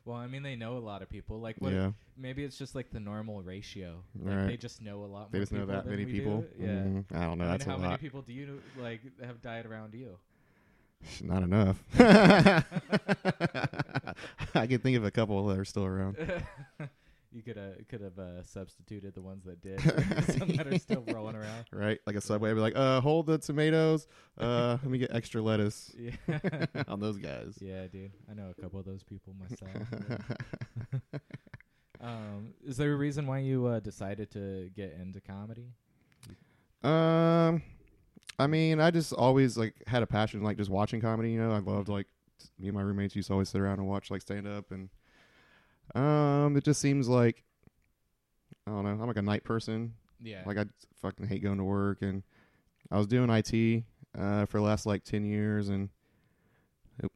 S1: Well, I mean, they know a lot of people. Like, what?
S2: yeah.
S1: Maybe it's just like the normal ratio. Like,
S2: Right.
S1: They just know a lot.
S2: They
S1: more
S2: just know
S1: people
S2: that
S1: than
S2: many
S1: we do.
S2: people.
S1: Yeah.
S2: Mhm. I don't know.
S1: I mean,
S2: that's
S1: how
S2: a
S1: many
S2: lot.
S1: people do you like have died around you?
S2: Not enough. I can think of a couple that are still around.
S1: you could uh, could have uh, substituted the ones that did. Some that are still rolling around.
S2: right? Like a subway, I'd be like, uh, hold the tomatoes. Uh, let me get extra lettuce
S1: Yeah.
S2: on those guys.
S1: yeah, dude. I know a couple of those people myself. um, is there a reason why you uh, decided to get into comedy?
S2: Um, I mean, I just always like had a passion, like just watching comedy. You know, I loved like s- me and my roommates used to always sit around and watch like stand up, and um, it just seems like I don't know. I'm like a night person.
S1: Yeah.
S2: Like I fucking hate going to work, and I was doing IT uh, for the last like ten years, and it,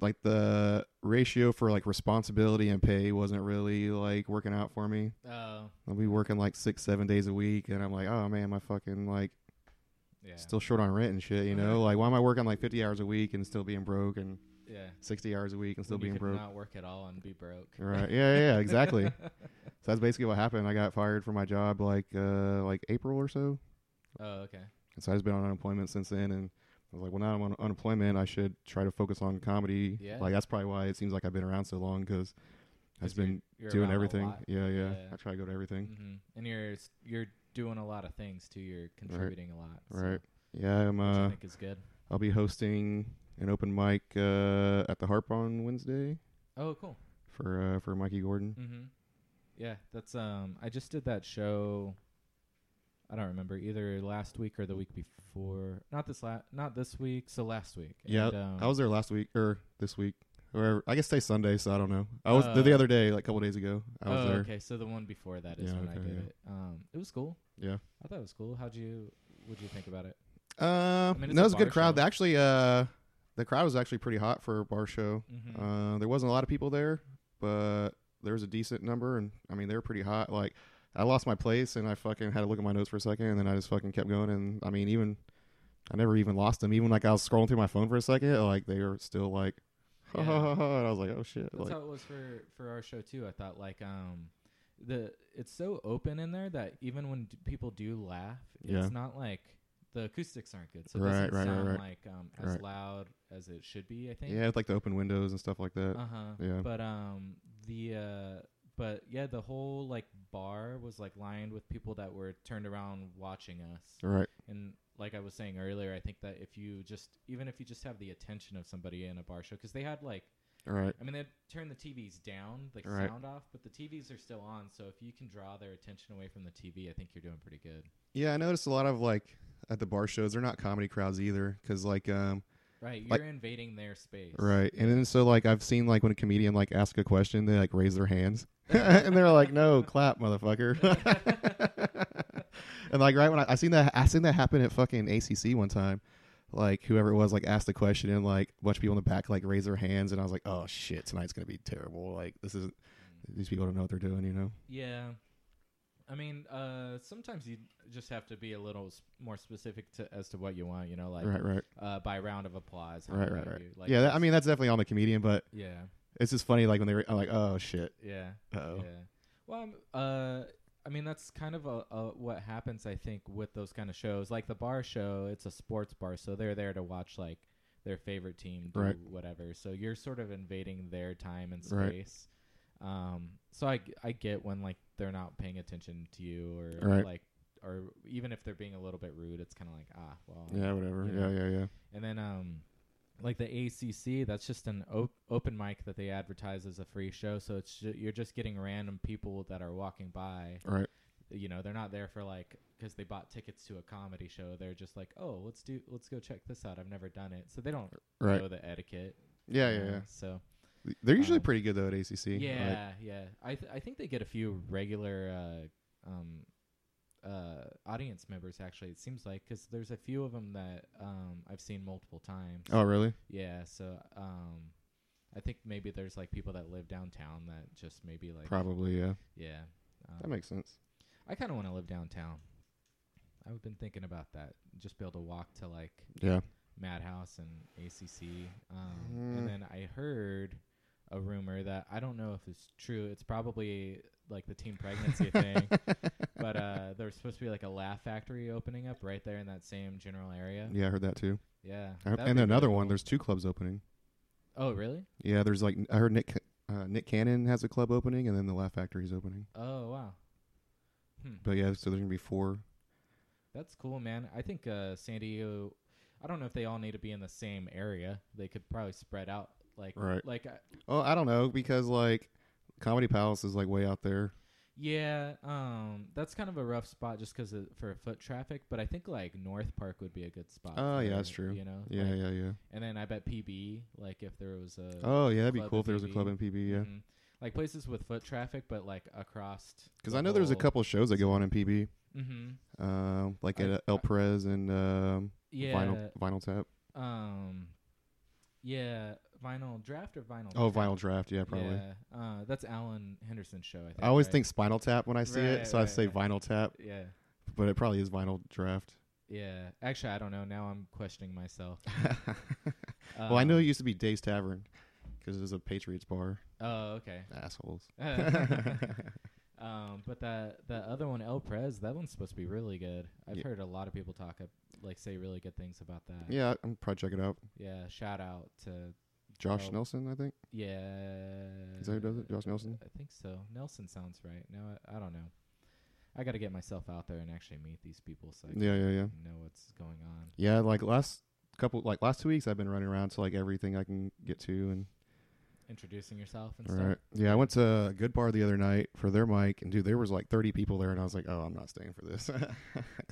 S2: like the ratio for like responsibility and pay wasn't really like working out for me.
S1: oh,
S2: I'll be working like six, seven days a week, and I'm like, oh man, my fucking like
S1: yeah. Oh,
S2: still short on rent and shit. You know, like why am I working like fifty hours a week and still being broke, and
S1: yeah.
S2: sixty hours a week and still
S1: when you
S2: being
S1: could
S2: broke?
S1: Not work at all and be broke.
S2: Right? Yeah, yeah, yeah, exactly. so that's basically what happened. I got fired from my job like uh like April or so.
S1: Oh, okay.
S2: And so I've just been on unemployment since then. And I was like, well, now I'm on unemployment. I should try to focus on comedy.
S1: Yeah.
S2: Like, that's probably why it seems like I've been around so long because I've
S1: 'Cause
S2: been
S1: you're
S2: doing
S1: around a
S2: everything.
S1: lot.
S2: Yeah, yeah,
S1: Yeah.
S2: I try to go to everything.
S1: Mhm. And you're s- you're doing a lot of things too. You're contributing a lot. so,
S2: Right. Yeah, I'm,
S1: Which I
S2: uh,
S1: think is good.
S2: I'll be hosting an open mic uh, at the Harp on Wednesday
S1: Oh, cool.
S2: for uh, for Mikey Gordon.
S1: Mm-hmm. Yeah, that's um. I just did that show. I don't remember either last week or the week before. Not this la- not this week. So last week.
S2: Yeah,
S1: And, um,
S2: I was there last week or this week. Or I guess today's Sunday, so I don't know. I was there the
S1: Uh,
S2: other day, like a couple days ago. I was
S1: oh,
S2: there.
S1: okay. So the one before that is
S2: Yeah,
S1: when I
S2: okay,
S1: did
S2: yeah.
S1: it. Um, it was cool.
S2: Yeah.
S1: I thought it was cool. How'd you? What'd you think about it?
S2: Uh,
S1: mean, it's
S2: no,
S1: a
S2: it was a
S1: bar
S2: good crowd.
S1: show.
S2: Actually, uh, the crowd was actually pretty hot for a bar show.
S1: Mm-hmm.
S2: Uh, there wasn't a lot of people there, but there was a decent number, and I mean they were pretty hot. Like I lost my place, and I fucking had to look at my notes for a second, and then I just fucking kept going. And I mean even I never even lost them. Even like I was scrolling through my phone for a second, like they were still like, ha ha
S1: Yeah.
S2: ha ha, and I was like, oh shit,
S1: That's
S2: like
S1: how it was for for our show too. I thought like um the it's so open in there that even when d- people do laugh,
S2: Yeah.
S1: it's not like the acoustics aren't good, so it
S2: Right,
S1: doesn't
S2: right, right,
S1: sound
S2: right.
S1: like um, as
S2: Right.
S1: loud as it should be. I think.
S2: Yeah, with like the open windows and stuff like that.
S1: Uh huh.
S2: yeah.
S1: But um the uh but yeah the whole like bar was like lined with people that were turned around watching us
S2: right.
S1: and like I was saying earlier I think that if you just even if you just have the attention of somebody in a bar show because they had like
S2: Right.
S1: I mean they turned the TVs down like
S2: Right.
S1: sound off but the TVs are still on so if you can draw their attention away from the TV I think you're doing pretty good
S2: Yeah, I noticed a lot of like at the bar shows, they're not comedy crowds either, because like um
S1: right you're
S2: Like-
S1: invading their space
S2: right, and then so like I've seen like when a comedian like ask a question, they like raise their hands, and they're like, "No, clap, motherfucker." and like right when I, I seen that, I seen that happen at fucking ACC one time. Like whoever it was, like asked the question, and like a bunch of people in the back like raised their hands, and I was like, "Oh shit, tonight's gonna be terrible." Like this isn't. These people don't know what they're doing, you know.
S1: Yeah. I mean, uh, sometimes you just have to be a little s- more specific to, as to what you want, you know, like
S2: right, right,
S1: uh, by round of applause. how
S2: right,
S1: do
S2: right,
S1: I
S2: right.
S1: do? Like
S2: yeah, that, I
S1: just-
S2: mean that's definitely on the comedian, but
S1: yeah,
S2: it's just funny. Like when they, were, I'm like, "Oh shit,
S1: yeah,
S2: oh."
S1: yeah. Well, I'm, uh, I mean, that's kind of a, a, what happens, I think, with those kind of shows. Like the bar show, it's a sports bar, so they're there to watch, like, their favorite team do
S2: Right.
S1: whatever. So you're sort of invading their time and
S2: Right.
S1: space. Um, so I, g- I get when like they're not paying attention to you or
S2: Right.
S1: like or even if they're being a little bit rude, it's kind of like ah well
S2: Yeah, whatever.
S1: Yeah.
S2: Yeah, yeah, yeah.
S1: And then um, like the ACC, that's just an op- open mic that they advertise as a free show. So it's ju- you're just getting random people that are walking by.
S2: Right.
S1: You know, they're not there for like because they bought tickets to a comedy show. They're just like, oh, let's do, let's go check this out. I've never done it, so they don't
S2: Right.
S1: know the etiquette.
S2: Yeah,
S1: you
S2: yeah,
S1: know?
S2: yeah.
S1: So
S2: They're usually
S1: Um,
S2: pretty good though at ACC. Like,
S1: yeah, yeah. I th- I think they get a few regular uh, um, uh, audience members actually. It seems like because there's a few of them that um, I've seen multiple times.
S2: oh, really?
S1: Yeah, so um I think maybe there's like people that live downtown that just maybe like
S2: Probably. Yeah.
S1: yeah.
S2: That
S1: Um,
S2: makes sense.
S1: I kind of want to live downtown. I've been thinking about that. Just be able to walk to like
S2: Yeah.
S1: Madhouse and ACC. Um,
S2: Mm.
S1: And then I heard a rumor that I don't know if it's true. It's probably like the teen pregnancy thing. But uh, there's supposed to be like a laugh factory opening up right there in that same general area.
S2: Yeah, I heard that too.
S1: Yeah.
S2: I heard-
S1: that'd
S2: and
S1: be
S2: another
S1: really
S2: one.
S1: cool.
S2: There's two clubs opening.
S1: Oh, really?
S2: Yeah, there's like I heard Nick uh, Nick Cannon has a club opening, and then the Laugh Factory's opening.
S1: Oh, wow. Hmm.
S2: But yeah, so there's gonna be four.
S1: That's cool, man. I think uh, San Diego. I don't know if they all need to be in the same area. They could probably spread out, like
S2: Right.
S1: like uh,
S2: Oh, I don't know because like Comedy Palace is like way out there.
S1: yeah. Um, that's kind of a rough spot just because for foot traffic. But I think like North Park would be a good spot.
S2: Oh, yeah,
S1: for
S2: that's
S1: it,
S2: true.
S1: You know,
S2: Yeah,
S1: Like,
S2: yeah, yeah.
S1: And then I bet PB, like if there was a
S2: Oh, yeah, that'd be
S1: club
S2: cool
S1: in
S2: if there was a
S1: PB.
S2: club in PB. Yeah,
S1: mhm, like places with foot traffic, but like across.
S2: because I know there's a couple shows that go on in PB,
S1: Mm-hmm.
S2: um, like
S1: I-
S2: at uh, El Perez and um,
S1: Yeah.
S2: Vinyl Vinyl Tap.
S1: Um. Yeah, vinyl draft or vinyl.
S2: Oh,
S1: tap?
S2: Vinyl Draft. Yeah, probably.
S1: Yeah, uh, that's Alan Henderson's show. I, think,
S2: I always
S1: right?
S2: think Spinal Tap when I see it,
S1: Right,
S2: so I
S1: right,
S2: say
S1: right.
S2: Vinyl Tap,
S1: Yeah,
S2: but it probably is Vinyl Draft.
S1: yeah. Actually, I don't know. Now I'm questioning myself.
S2: well, I know
S1: Um,
S2: it used to be Dave's Tavern because it was a Patriots bar.
S1: Oh, okay.
S2: Assholes.
S1: um, but that that other one, El Prez, that one's supposed to be really good. I've
S2: Yeah.
S1: heard a lot of people talk up, like say really good things about that.
S2: yeah, I'm probably check it out.
S1: Yeah. Shout out to
S2: Josh
S1: Oh. Uh,
S2: Nelson, I think.
S1: yeah.
S2: Is that who does it? Josh Nelson?
S1: I think so. Nelson sounds right. No, I, I don't know. I got to get myself out there and actually meet these people so I can
S2: Yeah, yeah, yeah.
S1: know what's going on.
S2: Yeah, like last couple, like last two weeks, I've been running around to like everything I can get to, and
S1: Introducing yourself and
S2: all
S1: stuff.
S2: right. Yeah, I went to a good bar the other night for their mic, and dude, there was like 30 people there, and I was like, oh, I'm not staying for this. 'Cause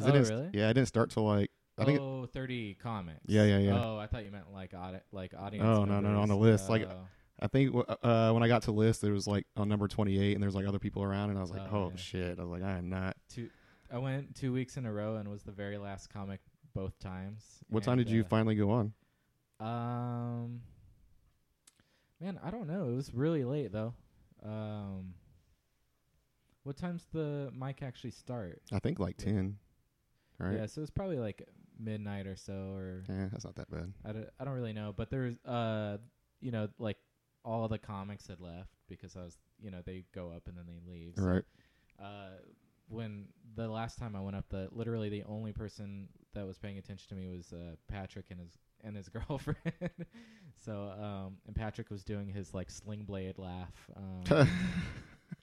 S1: Oh,
S2: it didn't,
S1: really?
S2: Yeah, I didn't start till like I think it-
S1: oh, 30 comments.
S2: Yeah, yeah, yeah.
S1: Oh, I thought you meant like audi- like audience.
S2: Oh, no, no, no, on the
S1: members.
S2: list, like,
S1: Oh,
S2: I think w- uh, when I got to list, it was like on number 28, and there's like other people around, and I was like, oh,
S1: Oh, yeah.
S2: shit. I was like, I am not.
S1: two. I went two weeks in a row and was the very last comic both times.
S2: What time
S1: and,
S2: did you
S1: uh,
S2: finally go on?
S1: Um, man, I don't know. It was really late though. Um, what time's the mic actually start?
S2: I think like 10. Right?
S1: Yeah, so it's probably like midnight or so, or
S2: Yeah, that's not that bad.
S1: I don't, I don't really know, but there was, uh, you know, like all the comics had left because I was, you know, they go up and then they leave. so
S2: All right.
S1: Uh, last time I went up, the literally the only person that was paying attention to me was uh, Patrick and his and his girlfriend. so um, and Patrick was doing his like sling blade laugh, um,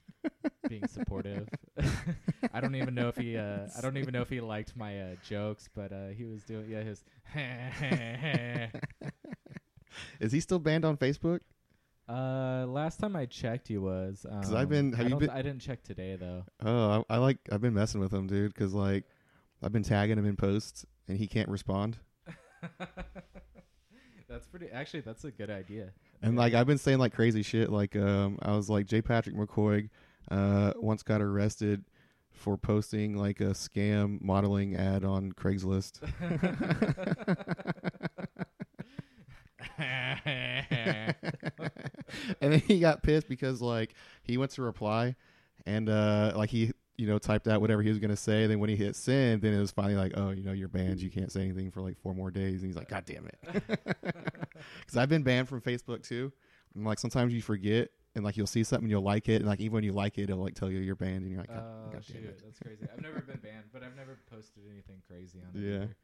S1: being supportive. I don't even know if he uh, I don't even know if he liked my uh, jokes, but uh, he was doing yeah his.
S2: Is he still banned on Facebook?
S1: uh, last time I checked, he was. Um,
S2: 'Cause I've been- have
S1: I
S2: you
S1: don't
S2: been-
S1: I didn't check today though.
S2: Oh, I, I like I've been messing with him, dude, because like I've been tagging him in posts and he can't respond.
S1: that's pretty. Actually, that's a good idea.
S2: And
S1: Yeah.
S2: like I've been saying like crazy shit. Like um, I was like J. Patrick McCoy uh, once got arrested for posting like a scam modeling ad on Craigslist.
S1: Oh,
S2: and then he got pissed because like he went to reply and uh like he you know typed out whatever he was gonna say then when he hit send then it was finally like oh you know you're banned you can't say anything for like four more days and he's like god damn it because i've been banned from facebook too and like sometimes you forget and like you'll see something you'll like it and like even when you like it it'll like tell you you're banned and you're like god,
S1: oh
S2: god
S1: shoot,
S2: damn it
S1: that's crazy. I've never been banned, but I've never posted anything crazy on it.
S2: Yeah.
S1: either.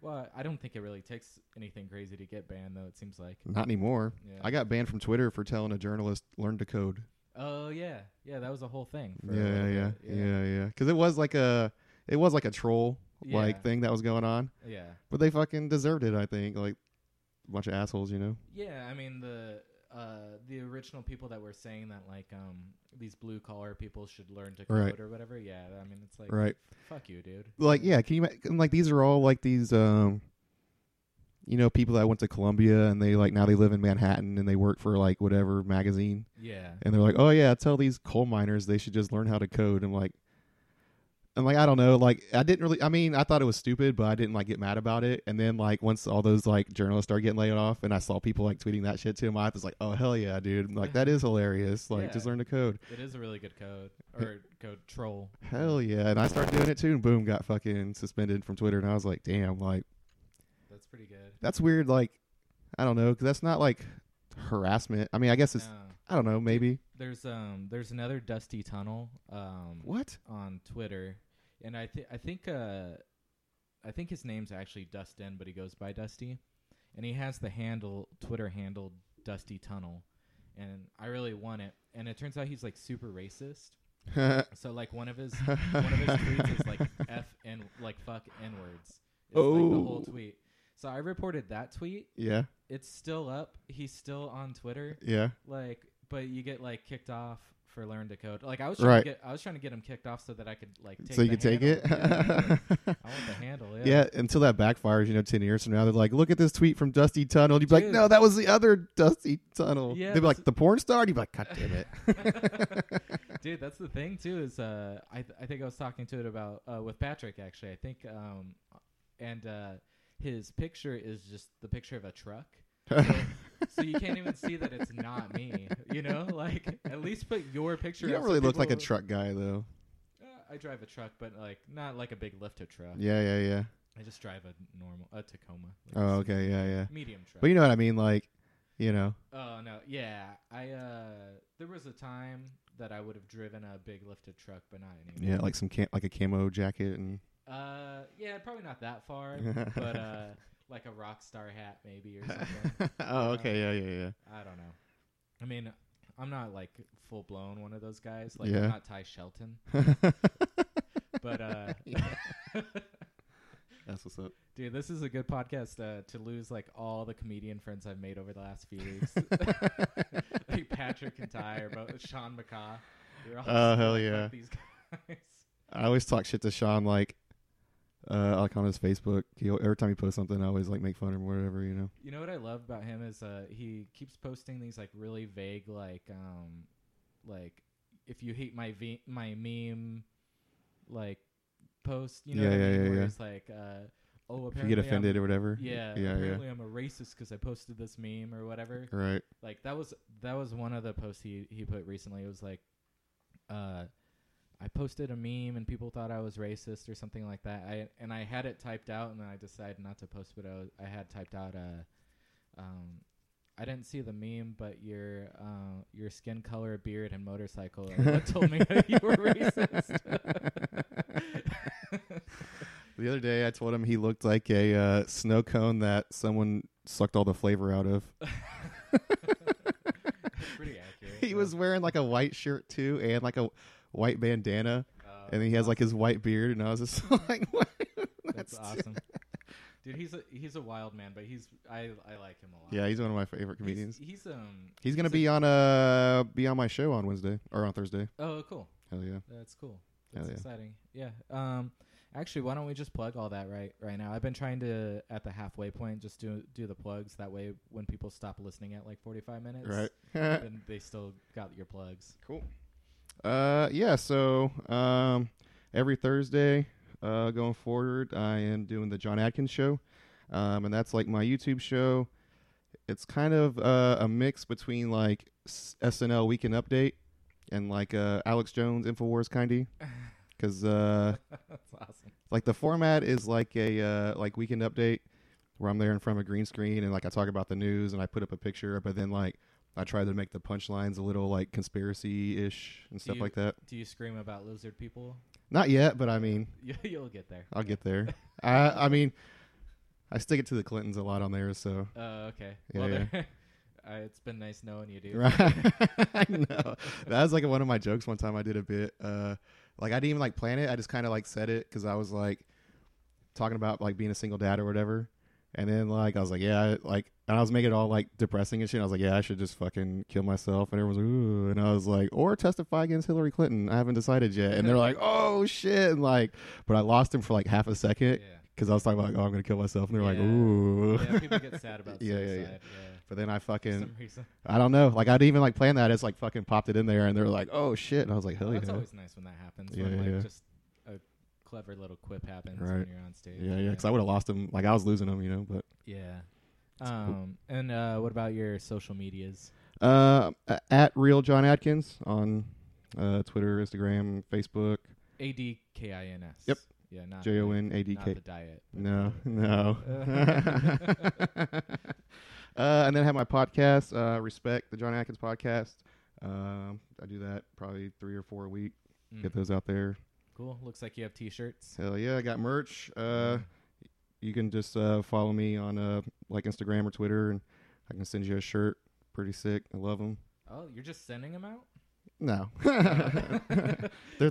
S1: Well, I don't think it really takes anything crazy to get banned, though. It seems like.
S2: not anymore
S1: Yeah.
S2: i got banned from twitter for telling a journalist learn to code
S1: Oh yeah, yeah. That was a whole thing. For a
S2: yeah,
S1: little
S2: yeah,
S1: bit,
S2: yeah, yeah, Because it was like a, it was like a troll
S1: Yeah.
S2: like thing that was going on,
S1: Yeah.
S2: but they fucking deserved it. I think like a bunch of assholes, you know.
S1: Yeah, I mean the uh, the original people that were saying that like um these blue collar people should learn to code
S2: Right.
S1: or whatever. Yeah, I mean it's like
S2: Right.
S1: fuck you, dude.
S2: Like yeah, can you ma- and, like these are all like these um, you know, people that went to Columbia and they like now they live in Manhattan and they work for like whatever magazine
S1: Yeah.
S2: and they're like, oh yeah, tell these coal miners they should just learn how to code. I'm like. And like I don't know, like I didn't really. I mean, I thought it was stupid, but I didn't like get mad about it. And then like once all those like journalists started getting laid off, and I saw people like tweeting that shit to him, I was like, oh hell yeah, dude! Like that is hilarious. Like just
S1: Yeah.
S2: learn to code.
S1: It is a really good code or code troll.
S2: Hell yeah! And I started doing it too, and boom, got fucking suspended from Twitter. And I was like, damn, like
S1: That's pretty good.
S2: that's weird. Like I don't know, because that's not like harassment. I mean, I guess it's
S1: No.
S2: I don't know, maybe
S1: There's um there's another dusty tunnel um
S2: what?
S1: on Twitter, and I think I think uh I think his name's actually Dustin, but he goes by Dusty, and he has the handle Twitter handle Dusty Tunnel, and I really want it. And it turns out he's like super racist. So like one of his one of his tweets is like f and like fuck n words. It's like the whole
S2: Oh.
S1: tweet. So I reported that tweet.
S2: yeah,
S1: It's still up. He's still on Twitter.
S2: yeah.
S1: Like, but you get like kicked off for learn to code. Like I was trying
S2: Right.
S1: to get I was trying to get him kicked off so that I could like take
S2: so you
S1: the
S2: can take it.
S1: handle. Yeah. I want the handle. Yeah.
S2: Yeah, until that backfires, you know, 10 years from now, they're like, look at this tweet from Dusty Tunnel. You'd be like,
S1: Dude.
S2: no, that was the other Dusty Tunnel.
S1: Yeah,
S2: They'd be
S1: that's-
S2: like, the porn star? And You'd be like, god damn it.
S1: Dude, that's the thing too. Is uh, I th- I think I was talking to it about uh, with Patrick actually. I think um, and uh, his picture is just the picture of a truck. So, so you can't even see that it's not me. You know, like at least put your picture.
S2: you don't
S1: up so
S2: really look like a
S1: people-
S2: truck guy, though.
S1: Uh, I drive a truck, but like not like a big lifted truck.
S2: Yeah, yeah, yeah.
S1: I just drive a normal a Tacoma. like
S2: Oh,
S1: a
S2: okay, yeah, yeah.
S1: Medium truck.
S2: But you know what I mean? Like, you know,
S1: Oh no, yeah. I uh there was a time that I would have driven a big lifted truck, but not anymore.
S2: yeah, like some cam- like a camo jacket and
S1: Uh yeah, probably not that far, but uh like a rock star hat maybe or something. Uh,
S2: oh, okay, yeah, yeah, yeah.
S1: I don't know. I mean, I'm not like full blown one of those guys. Like
S2: Yeah.
S1: I'm not Ty Shelton, but uh
S2: That's what's up.
S1: dude, this is a good podcast uh, to lose like all the comedian friends I've made over the last few weeks. like Patrick and Ty or both Sean McCaw. You're all
S2: Oh, hell
S1: like, fuck
S2: yeah.
S1: These guys.
S2: I always talk shit to Sean, like, uh, like on his Facebook. He, every time he posts something, I always like make fun of him or whatever, you know.
S1: You know what I love about him is uh he keeps posting these like really vague like um like if you hate my ve- my meme like post you know
S2: Yeah,
S1: what I
S2: yeah,
S1: mean?
S2: yeah,
S1: where
S2: yeah.
S1: it's like uh oh
S2: if you
S1: apparently
S2: get offended
S1: I'm,
S2: or whatever.
S1: yeah,
S2: yeah, yeah.
S1: apparently I'm a racist because I posted this meme or whatever
S2: Right.
S1: like that was that was one of the posts he he put recently. It was like, uh, I posted a meme and people thought I was racist or something like that. I and I had it typed out and then I decided not to post what I, was, I had typed out. Uh, um, I didn't see the meme, but your uh, your skin color, beard, and motorcycle are what told me that you were racist.
S2: other day, I told him he looked like a uh, snow cone that someone sucked all the flavor out of.
S1: Pretty accurate.
S2: he
S1: yeah.
S2: was wearing like a white shirt too, and like a white bandana,
S1: Uh,
S2: and he has like his white beard, and I was just like, what?
S1: That's awesome. Dude, he's a he's a wild man, but he's I I like him a lot.
S2: Yeah, he's one of my
S1: He's-
S2: favorite comedians.
S1: He's, um.
S2: He's gonna
S1: a-
S2: be on uh be on my show on Wednesday or on Thursday.
S1: Oh, cool.
S2: Hell yeah!
S1: That's cool.
S2: Hell
S1: That's
S2: yeah.
S1: exciting. Yeah. Um. Actually, why don't we just plug all that right right now? I've been trying to at the halfway point just do do the plugs. That way, when people stop listening at like forty five minutes,
S2: right.
S1: then they still got your plugs.
S2: Cool. Uh, yeah. So um, every Thursday, uh, going forward, I am doing the John Adkins show, um, and that's like my YouTube show. It's kind of uh, a mix between like S- SNL Weekend Update and like uh, Alex Jones Infowars kindy, because uh,
S1: That's awesome.
S2: like the format is like a uh, like Weekend Update. Where I'm there in front of a green screen and like I talk about the news and I put up a picture, but then like I try to make the punchlines a little like conspiracy ish and stuff
S1: you-
S2: like that.
S1: Do you scream about lizard people?
S2: Not yet, but I mean,
S1: You, you'll get there.
S2: I'll get there. I, I mean, I stick it to the Clintons a lot on there, so.
S1: Uh, okay.
S2: Yeah,
S1: well,
S2: yeah.
S1: there- uh, it's been nice knowing you, dude.
S2: Right. I know. That was like one of my jokes one time I did a bit. Uh, like I didn't even like plan it. I just kind of like said it because I was like talking about like being a single dad or whatever. And then like I was like, yeah, I, like, and I was making it all like depressing and shit. I was like, yeah, I should just fucking kill myself. And everyone's like, ooh, and I was like, or testify against Hillary Clinton. I haven't decided yet. And they're like, oh shit, and like, but I lost him for like half a second.
S1: Yeah.
S2: because I was talking about, oh, I'm gonna kill myself, and they're like,
S1: Yeah.
S2: ooh.
S1: yeah. People get sad about
S2: Yeah, yeah,
S1: suicide.
S2: yeah.
S1: yeah.
S2: but then I
S1: For
S2: fucking,
S1: some reason.
S2: I don't know, like I didn't even like plan that. It's like fucking popped it in there, and they're like, oh shit, and I was like, hell
S1: Well, that's
S2: yeah,
S1: always nice when that happens.
S2: Yeah,
S1: when
S2: yeah,
S1: like
S2: yeah.
S1: just a clever little quip happens
S2: Right.
S1: when you're on stage.
S2: yeah, yeah, because I would have lost him, like I was losing him, you know. But
S1: Yeah. Um, and uh, what about your social medias?
S2: uh, a- at real John Atkins on uh, Twitter, Instagram, Facebook,
S1: A D K I N S.
S2: Yep.
S1: Yeah. Not
S2: J O N A D
S1: Not
S2: K.
S1: the diet. but
S2: No,
S1: the-
S2: no. uh, and then I have my podcast, uh, Respect the John Atkins podcast. Um, I do that probably three or four a week.
S1: Mm.
S2: Get those out there.
S1: Cool. Looks like you have T-shirts.
S2: Hell yeah, I got merch. Uh, you can just uh, follow me on uh, like Instagram or Twitter, and I can send you a shirt. Pretty sick. I love them.
S1: oh, you're just sending them out.
S2: No,
S1: Oh.
S2: they're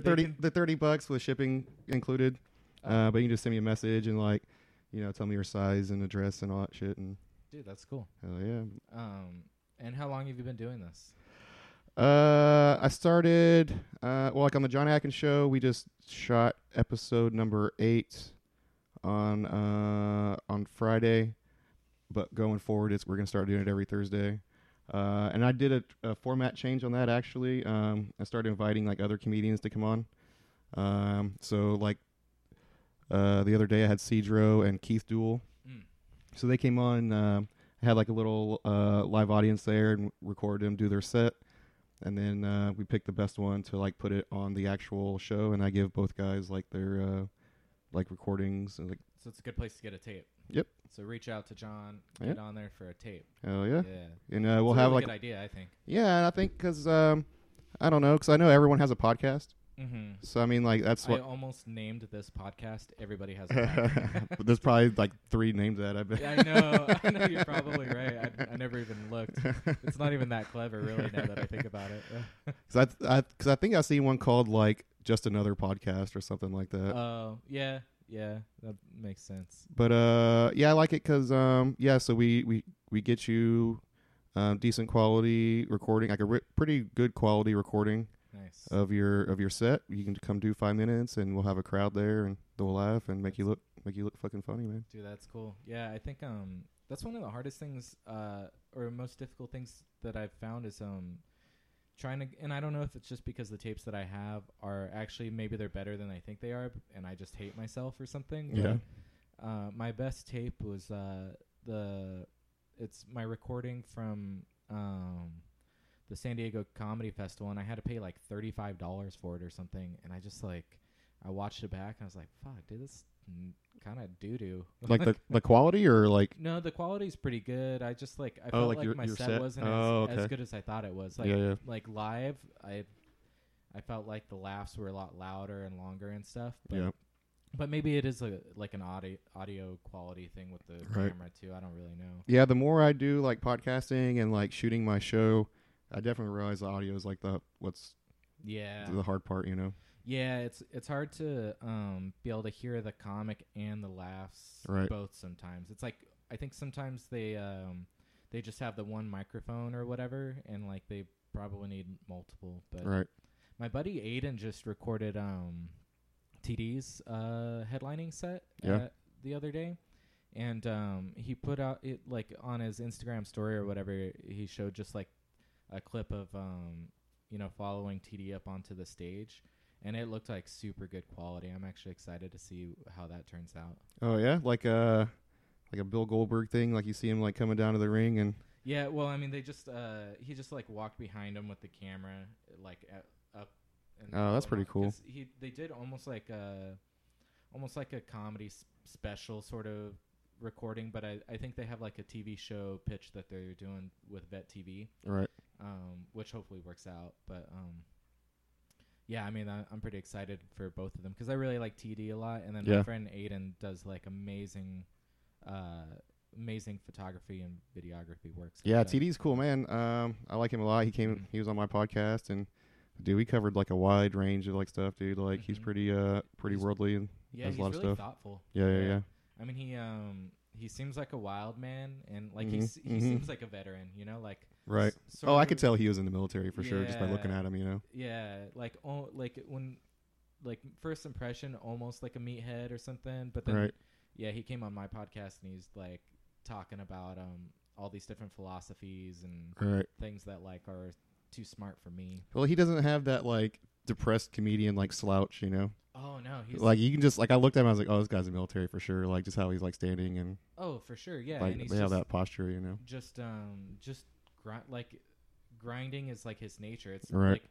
S1: They
S2: thirty.
S1: can- Oh.
S2: they're thirty bucks with shipping included. Uh, but you can just send me a message and like, you know, tell me your size and address and all that shit. And
S1: Dude, that's cool.
S2: hell yeah.
S1: Um, and how long have you been doing this?
S2: Uh, I started uh, well, like on the John Atkins show, we just shot episode number eight on uh on Friday, but going forward, it's we're gonna start doing it every Thursday. Uh, and I did a, a format change on that actually. Um, I started inviting like other comedians to come on. Um, so like uh, the other day, I had Cedro and Keith Duell
S1: Mm.
S2: so they came on um had like a little uh, live audience there and recorded them do their set and then uh, we picked the best one to like put it on the actual show and i give both guys like their uh, like recordings and like
S1: So it's a good place to get a tape.
S2: Yep.
S1: So reach out to John.
S2: Yeah.
S1: Get on there for a tape.
S2: hell yeah,
S1: Yeah.
S2: and uh, we'll
S1: It's a
S2: have
S1: really
S2: like
S1: good idea, I think.
S2: yeah and i think because um, i don't know because i know everyone has a podcast
S1: Mm-hmm.
S2: so i mean like that's
S1: I
S2: what
S1: almost named this podcast. Everybody has. A podcast.
S2: but there's probably like three names that i bet
S1: yeah, I know. I know you're probably right. I, I never even looked. It's not even that clever, really. Now that I think about it.
S2: because I, I, 'cause I think i see one called like just another podcast or something like that
S1: Oh, yeah, yeah, that makes sense.
S2: but uh yeah i like it because um yeah so we we we get you um decent quality recording like a ri- pretty good quality recording
S1: Nice.
S2: of your of your set you can come do five minutes and we'll have a crowd there and they'll laugh and make you look make you look fucking funny man
S1: Dude, that's cool. Yeah, I think um that's one of the hardest things uh or most difficult things that I've found is um trying to and I don't know if it's just because the tapes that I have are actually maybe they're better than I think they are and I just hate myself or something. but,
S2: Yeah.
S1: Uh my best tape was uh the it's my recording from um the San Diego Comedy Festival and I had to pay like $35 for it or something and I just like I watched it back and I was like, "Fuck, dude, this kind of doo doo."
S2: like the the quality or like
S1: No, the quality's pretty good. I just like I
S2: Oh,
S1: felt
S2: like
S1: like,
S2: your-
S1: my
S2: your
S1: set,
S2: set?
S1: wasn't
S2: Oh,
S1: as, as
S2: okay.
S1: good as I thought it was. Like
S2: Yeah, yeah.
S1: like live, I I felt like the laughs were a lot louder and longer and stuff. But
S2: Yeah.
S1: But maybe it is a, like an audio audio quality thing with the
S2: Right.
S1: camera too. I don't really know.
S2: Yeah, the more I do like podcasting and like shooting my show, I definitely realize the audio is like the what's
S1: Yeah.
S2: the hard part, you know.
S1: Yeah, it's it's hard to um be able to hear the comic and the laughs
S2: Right.
S1: both sometimes. It's like I think sometimes they um they just have the one microphone or whatever and like they probably need multiple. But
S2: Right.
S1: my buddy Aiden just recorded um TD's uh headlining set
S2: Yeah.
S1: uh, the other day. And um he put out it like on his Instagram story or whatever he showed just like a clip of um you know following TD up onto the stage and it looked like super good quality. I'm actually excited to see how that turns out.
S2: Oh yeah, like uh like a Bill Goldberg thing, like you see him like coming down to the ring and
S1: Yeah, well, I mean they just uh he just like walked behind him with the camera like at, up and
S2: Oh, that's
S1: followed
S2: pretty
S1: him.
S2: cool.
S1: 'Cause He they did almost like a almost like a comedy s- special sort of recording, but I I think they have like a TV show pitch that they're doing with Vet TV.
S2: right.
S1: um, which hopefully works out. But um, yeah, I mean, I, I'm pretty excited for both of them because I really like TD a lot, and then my
S2: Yeah.
S1: friend Aiden does like amazing, uh, amazing photography and videography works.
S2: Yeah, TD's cool man. Um I like him a lot. He came
S1: Mhm.
S2: he was on my podcast and dude, we covered like a wide range of like stuff, dude. Like he's
S1: Mhm.
S2: pretty uh pretty
S1: He's-
S2: worldly and
S1: yeah,
S2: does
S1: he's
S2: a lot of
S1: really
S2: stuff.
S1: thoughtful.
S2: yeah, yeah, yeah.
S1: I mean, he um he seems like a wild man, and like
S2: Mhm,
S1: he's, he
S2: mhm.
S1: seems like a veteran. You know, like
S2: Right.
S1: s- sort
S2: Oh, I
S1: of-
S2: could tell he was in the military for sure just by looking
S1: Yeah.
S2: at him, you know.
S1: Yeah, like oh, like when like first impression, almost like a meathead or something. But then
S2: Right.
S1: yeah, he came on my podcast and he's like talking about um all these different philosophies and
S2: Right.
S1: things that like are too smart for me.
S2: Well, he doesn't have that like depressed comedian like slouch, you know.
S1: Oh no, he's
S2: like you can just like I looked at him, I was like, oh, this guy's in the military for sure. Like just how he's like standing and
S1: oh for sure, yeah,
S2: like
S1: and he's
S2: they have
S1: just,
S2: that posture, you know.
S1: just um just gri- like grinding is like his nature. It's
S2: Right.
S1: like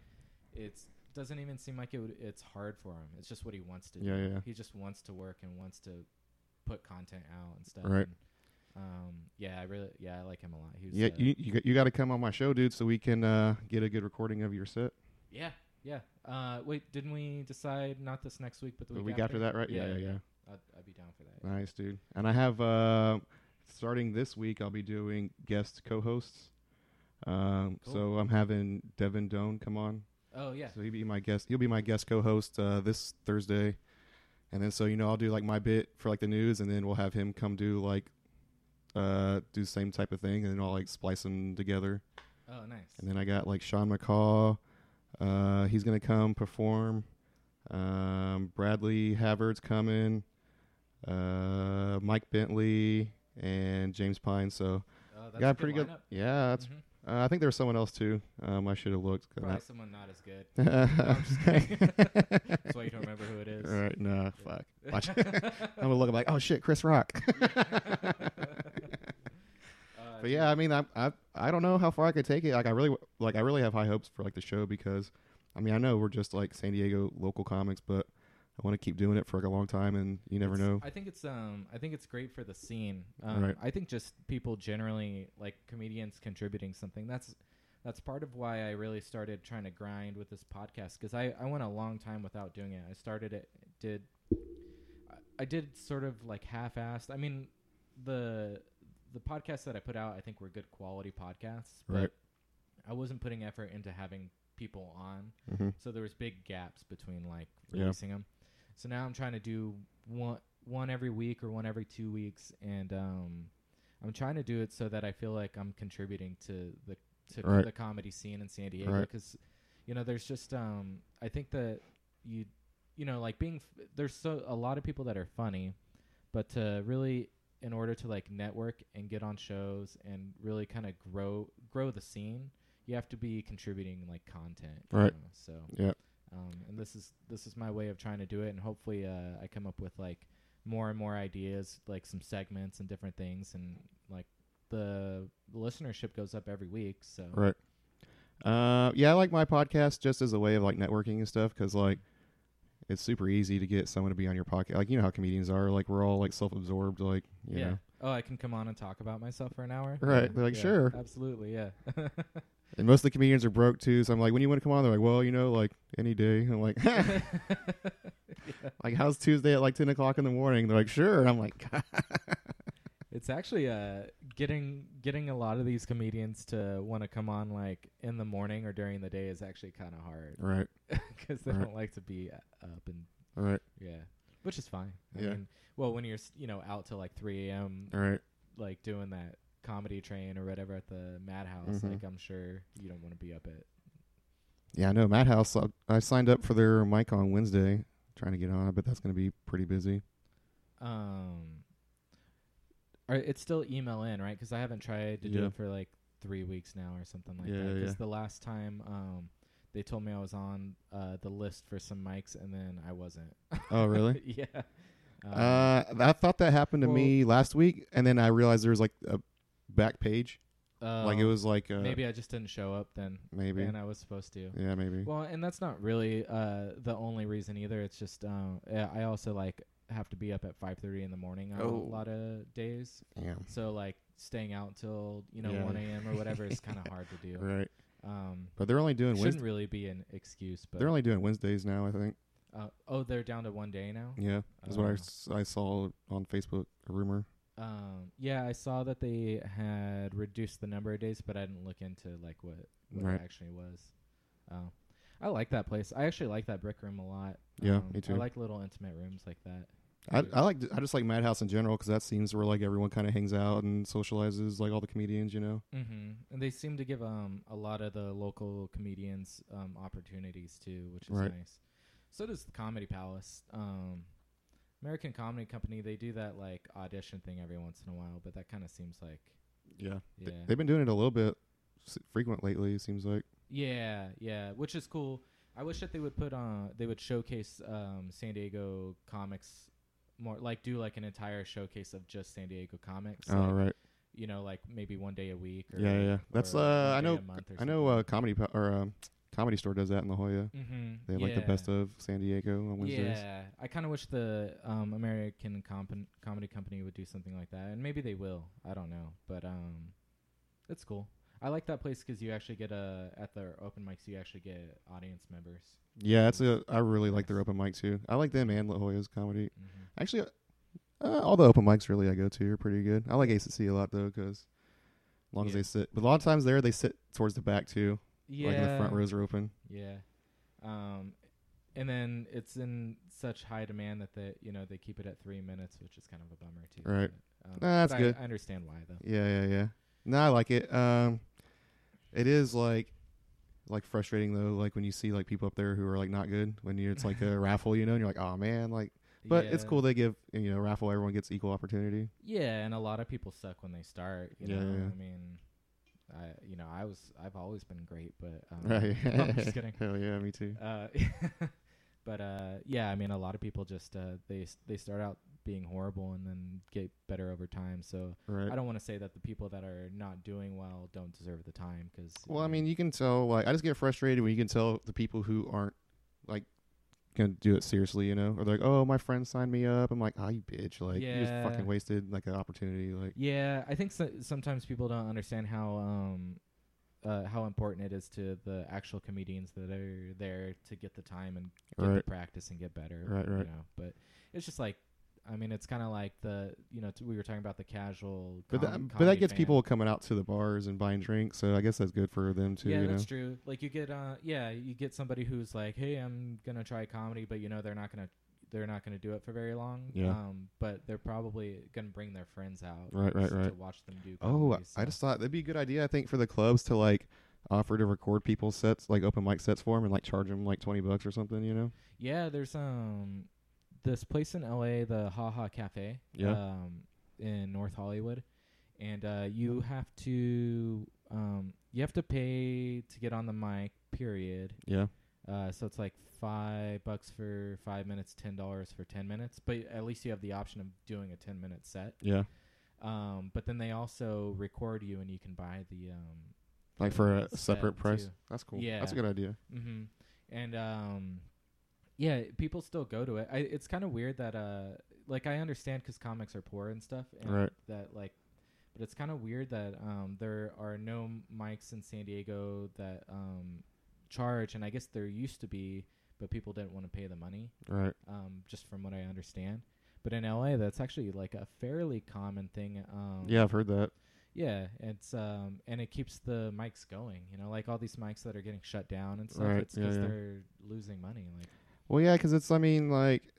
S1: it's doesn't even seem like it would, it's hard for him. It's just what he wants to do.
S2: Yeah, yeah.
S1: he just wants to work and wants to put content out and stuff.
S2: Right.
S1: And, um. Yeah, I really. Yeah, I like him a lot. He was,
S2: Yeah,
S1: uh,
S2: you you, got- you got to come on my show, dude, so we can uh, get a good recording of your set
S1: yeah. Yeah. Uh. Wait. Didn't we decide not this next week, but the
S2: the
S1: week,
S2: week after that, right? Yeah, yeah, yeah.
S1: I'd, I'd be down for that.
S2: Nice, dude. And I have uh, starting this week, I'll be doing guest co-hosts. Um,
S1: Cool.
S2: So I'm having Devin Doan come on.
S1: Oh yeah.
S2: So he'll be my guest. He'll be my guest co-host uh, this Thursday, and then so you know I'll do like my bit for like the news, and then we'll have him come do like uh, do the same type of thing, and then I'll like splice them together.
S1: Oh nice.
S2: And then I got like Sean McCall. Uh, he's gonna come perform. Um, Bradley Havard's coming. Uh, Mike Bentley and James Pine. So
S1: oh, that's
S2: got
S1: a
S2: pretty good.
S1: lineup.
S2: Yeah, that's.
S1: Mhm.
S2: Uh, I think there was someone else too. Um, I should have looked.
S1: Probably someone not as good. I'm just kidding. That's
S2: That's
S1: why you don't remember who it is.
S2: All right, nah, fuck. Watch. I'm gonna look I'm like, oh shit, Chris Rock.
S1: Uh,
S2: But yeah, I mean, I, I I don't know how far I could take it. Like I really like I really have high hopes for like the show because, I mean, I know we're just like San Diego local comics, but I want to keep doing it for like a long time, and you never
S1: It's-
S2: know.
S1: I think it's um I think it's great for the scene.
S2: All
S1: Um,
S2: right.
S1: I think just people generally like comedians contributing something. That's that's part of why I really started trying to grind with this podcast because I I went a long time without doing it. I started it did I- I did sort of like half-assed. I mean the the podcasts that I put out I think were good quality podcasts, but
S2: Right.
S1: I wasn't putting effort into having people on
S2: hmm
S1: so there was big gaps between like
S2: Yeah.
S1: releasing them. So now I'm trying to do one one every week or one every two weeks, and um, I'm trying to do it so that I feel like I'm contributing to the to
S2: Right.
S1: the comedy scene in San Diego
S2: Right.
S1: because you know there's just um, I think that you you know like being f- there's so a lot of people that are funny, but to really in order to like network and get on shows and really kind of grow grow the scene you have to be contributing like content you
S2: Right.
S1: know, so
S2: Yeah.
S1: um, and this is this is my way of trying to do it and hopefully uh, i come up with like more and more ideas like some segments and different things and like the listenership goes up every week so
S2: Right. Uh, yeah, I like my podcast just as a way of like networking and stuff because like it's super easy to get someone to be on your podcast. Like you know how comedians are. Like we're all like self-absorbed. Like you
S1: yeah
S2: know.
S1: oh i can come on and talk about myself for an hour
S2: Right.
S1: Yeah.
S2: They're like,
S1: Yeah.
S2: "Sure."
S1: absolutely yeah
S2: And most of the comedians are broke too. So I'm like, when you want to come on? They're like, well, you know, like any day. I'm like,
S1: Yeah.
S2: Like, how's Tuesday at like ten o'clock in the morning? They're like, sure. And I'm like,
S1: It's actually uh getting getting a lot of these comedians to want to come on like in the morning or during the day is actually kind of hard
S2: right,
S1: because they
S2: Right.
S1: don't like to be uh, up and
S2: all right,
S1: yeah, which is fine. I
S2: Yeah.
S1: mean, well, when you're s you know out till like 3 a.m.
S2: all right.
S1: like doing that comedy train or whatever at the madhouse,
S2: Mhm.
S1: like I'm sure you don't want to be up at.
S2: Yeah, I know. Madhouse. I- I signed up for their mic on Wednesday. Trying to get on. I bet that's going to be pretty busy.
S1: Um, or it's still email in, right? Because I haven't tried to do
S2: Yeah.
S1: it for like three weeks now or something like
S2: Yeah,
S1: that.
S2: yeah.
S1: the last time, um, they told me I was on uh, the list for some mics, and then I wasn't.
S2: Oh, really?
S1: yeah. Um,
S2: uh, I thought that happened to
S1: well-
S2: me last week, and then I realized there was like a back page. like it
S1: um,
S2: was like uh,
S1: maybe I just didn't show up then,
S2: maybe.
S1: and I was supposed to.
S2: yeah, maybe.
S1: Well, and that's not really uh, the only reason either. It's just um, uh, I also like have to be up at five thirty in the morning on
S2: Oh.
S1: a lot of days.
S2: Damn.
S1: So like staying out till you know
S2: Yeah.
S1: one a.m. or whatever is kind of hard to do.
S2: Right.
S1: Um,
S2: But they're only doing
S1: shouldn't
S2: Wednesday.
S1: really be an excuse, but
S2: They're only doing Wednesdays now, I think.
S1: uh, oh, they're down to one day now.
S2: Yeah, that's what I
S1: Oh.
S2: s I I saw on Facebook. A rumor.
S1: Um, yeah, I saw that they had reduced the number of days, but I didn't look into like what what
S2: Right.
S1: it actually was. Oh, I like that place. I actually like that brick room a lot.
S2: Yeah,
S1: Um,
S2: me too.
S1: I like little intimate rooms like that.
S2: I, I like I just like Madhouse in general because that seems where like everyone kind of hangs out and socializes, like all the comedians, you know.
S1: Mm-hmm. And they seem to give um a lot of the local comedians um opportunities too, which is
S2: Right.
S1: nice. So does the Comedy Palace. Um, American Comedy Company they do that like audition thing every once in a while, but that kind of seems like
S2: Yeah,
S1: yeah
S2: they've been doing it a little bit s- frequent lately. It seems like.
S1: yeah yeah, which is cool. I wish that they would put on they would showcase um San Diego comics more like do like an entire showcase of just San Diego comics.
S2: Oh
S1: like,
S2: right.
S1: You know, like maybe one day a week. Or,
S2: Yeah, yeah, yeah. That's,
S1: or
S2: uh,
S1: one
S2: I
S1: day a
S2: know-
S1: month or
S2: I know
S1: something.
S2: uh, comedy po- or um, comedy store does that in La Jolla.
S1: Mm-hmm.
S2: They have like the best of San Diego on Wednesdays.
S1: Yeah, I kind of wish the um, American comp- comedy company would do something like that, and maybe they will. I don't know, but um, it's cool. I like that place because you actually get a at their open mics, you actually get audience members.
S2: Yeah, that's a. I really like their open mic too. I like them and La Jolla's comedy.
S1: Mm-hmm.
S2: Actually, uh, all the open mics really I go to are pretty good. I like ACC a lot though because as long as
S1: Yeah.
S2: they sit, but a lot of times there they sit towards the back too,
S1: Yeah,
S2: like the front rows are open.
S1: Yeah, um, and then it's in such high demand that the you know they keep it at three minutes, which is kind of a bummer too.
S2: Right.
S1: but, um,
S2: Nah, that's
S1: but I-
S2: good.
S1: I understand why though.
S2: Yeah, yeah, yeah. No, I like it. Um, it is like like frustrating though, like when you see like people up there who are like not good when you it's like a raffle, you know, and you're like, oh man, like. But it's
S1: Yeah.
S2: cool they give you know raffle everyone gets equal opportunity.
S1: Yeah, and a lot of people suck when they start. You
S2: Yeah,
S1: know,
S2: yeah.
S1: I mean, I you know I was I've always been great, but um,
S2: Right.
S1: I'm just kidding.
S2: Hell yeah, me too.
S1: Uh, but uh, yeah, I mean, a lot of people just uh, they s- they start out being horrible and then get better over time. So
S2: Right.
S1: I don't want to say that the people that are not doing well don't deserve the time because
S2: Well, I mean, you can tell. Like, I just get frustrated when you can tell the people who aren't like gonna do it seriously, you know, or they're like, "Oh, my friend signed me up." I'm like, "Ah, you bitch! Like, you just
S1: Yeah.
S2: fucking wasted like an opportunity." Like,
S1: yeah, I think so- sometimes people don't understand how um. Uh, how important it is to the actual comedians that are there to get the time and get
S2: right,
S1: to practice and get better.
S2: Right, right.
S1: You know, but it's just like, I mean, it's kind of like the you know t- we were talking about the casual. com-
S2: but that, but
S1: Um, comedy
S2: that gets
S1: fan.
S2: people coming out to the bars and buying drinks, so I guess that's good for them too.
S1: yeah,
S2: you know,
S1: that's true. Like you get, uh, yeah, you get somebody who's like, hey, I'm gonna try comedy, but you know they're not gonna they're not gonna do it for very long.
S2: Yeah.
S1: Um, but they're probably gonna bring their friends out.
S2: Right, right,
S1: just To
S2: right.
S1: watch them do.
S2: Oh,
S1: comedy,
S2: I
S1: so-
S2: just thought that'd be a good idea. I think for the clubs to like offer to record people's sets, like open mic sets for them, and like charge them like twenty bucks or something. You know,
S1: Yeah, there's um this place in LA, the Ha Ha Cafe.
S2: Yeah.
S1: Um, in North Hollywood, and uh, you have to um you have to pay to get on the mic. Period.
S2: yeah,
S1: Uh, so it's like five bucks for five minutes, ten dollars for ten minutes. But at least you have the option of doing a ten minute set.
S2: yeah,
S1: Um, but then they also record you, and you can buy the um.
S2: like
S1: the
S2: for a
S1: set,
S2: separate price.
S1: too.
S2: That's cool.
S1: Yeah.
S2: that's a good idea.
S1: Mm-hmm. And um, yeah, people still go to it. I, it's kind of weird that uh, like I understand 'cause comics are poor and stuff, and
S2: Right.
S1: that like, but it's kind of weird that um, there are no mics in San Diego that um, charge, and I guess there used to be, but people didn't want to pay the money
S2: Right.
S1: um, just from what I understand. But in LA, that's actually like a fairly common thing. Um,
S2: Yeah, I've heard that.
S1: yeah, it's um, and it keeps the mics going. You know, like all these mics that are getting shut down and stuff.
S2: Right,
S1: It's
S2: yeah,
S1: because
S2: yeah.
S1: they're losing money. Like
S2: Well, yeah, because it's. I mean, like,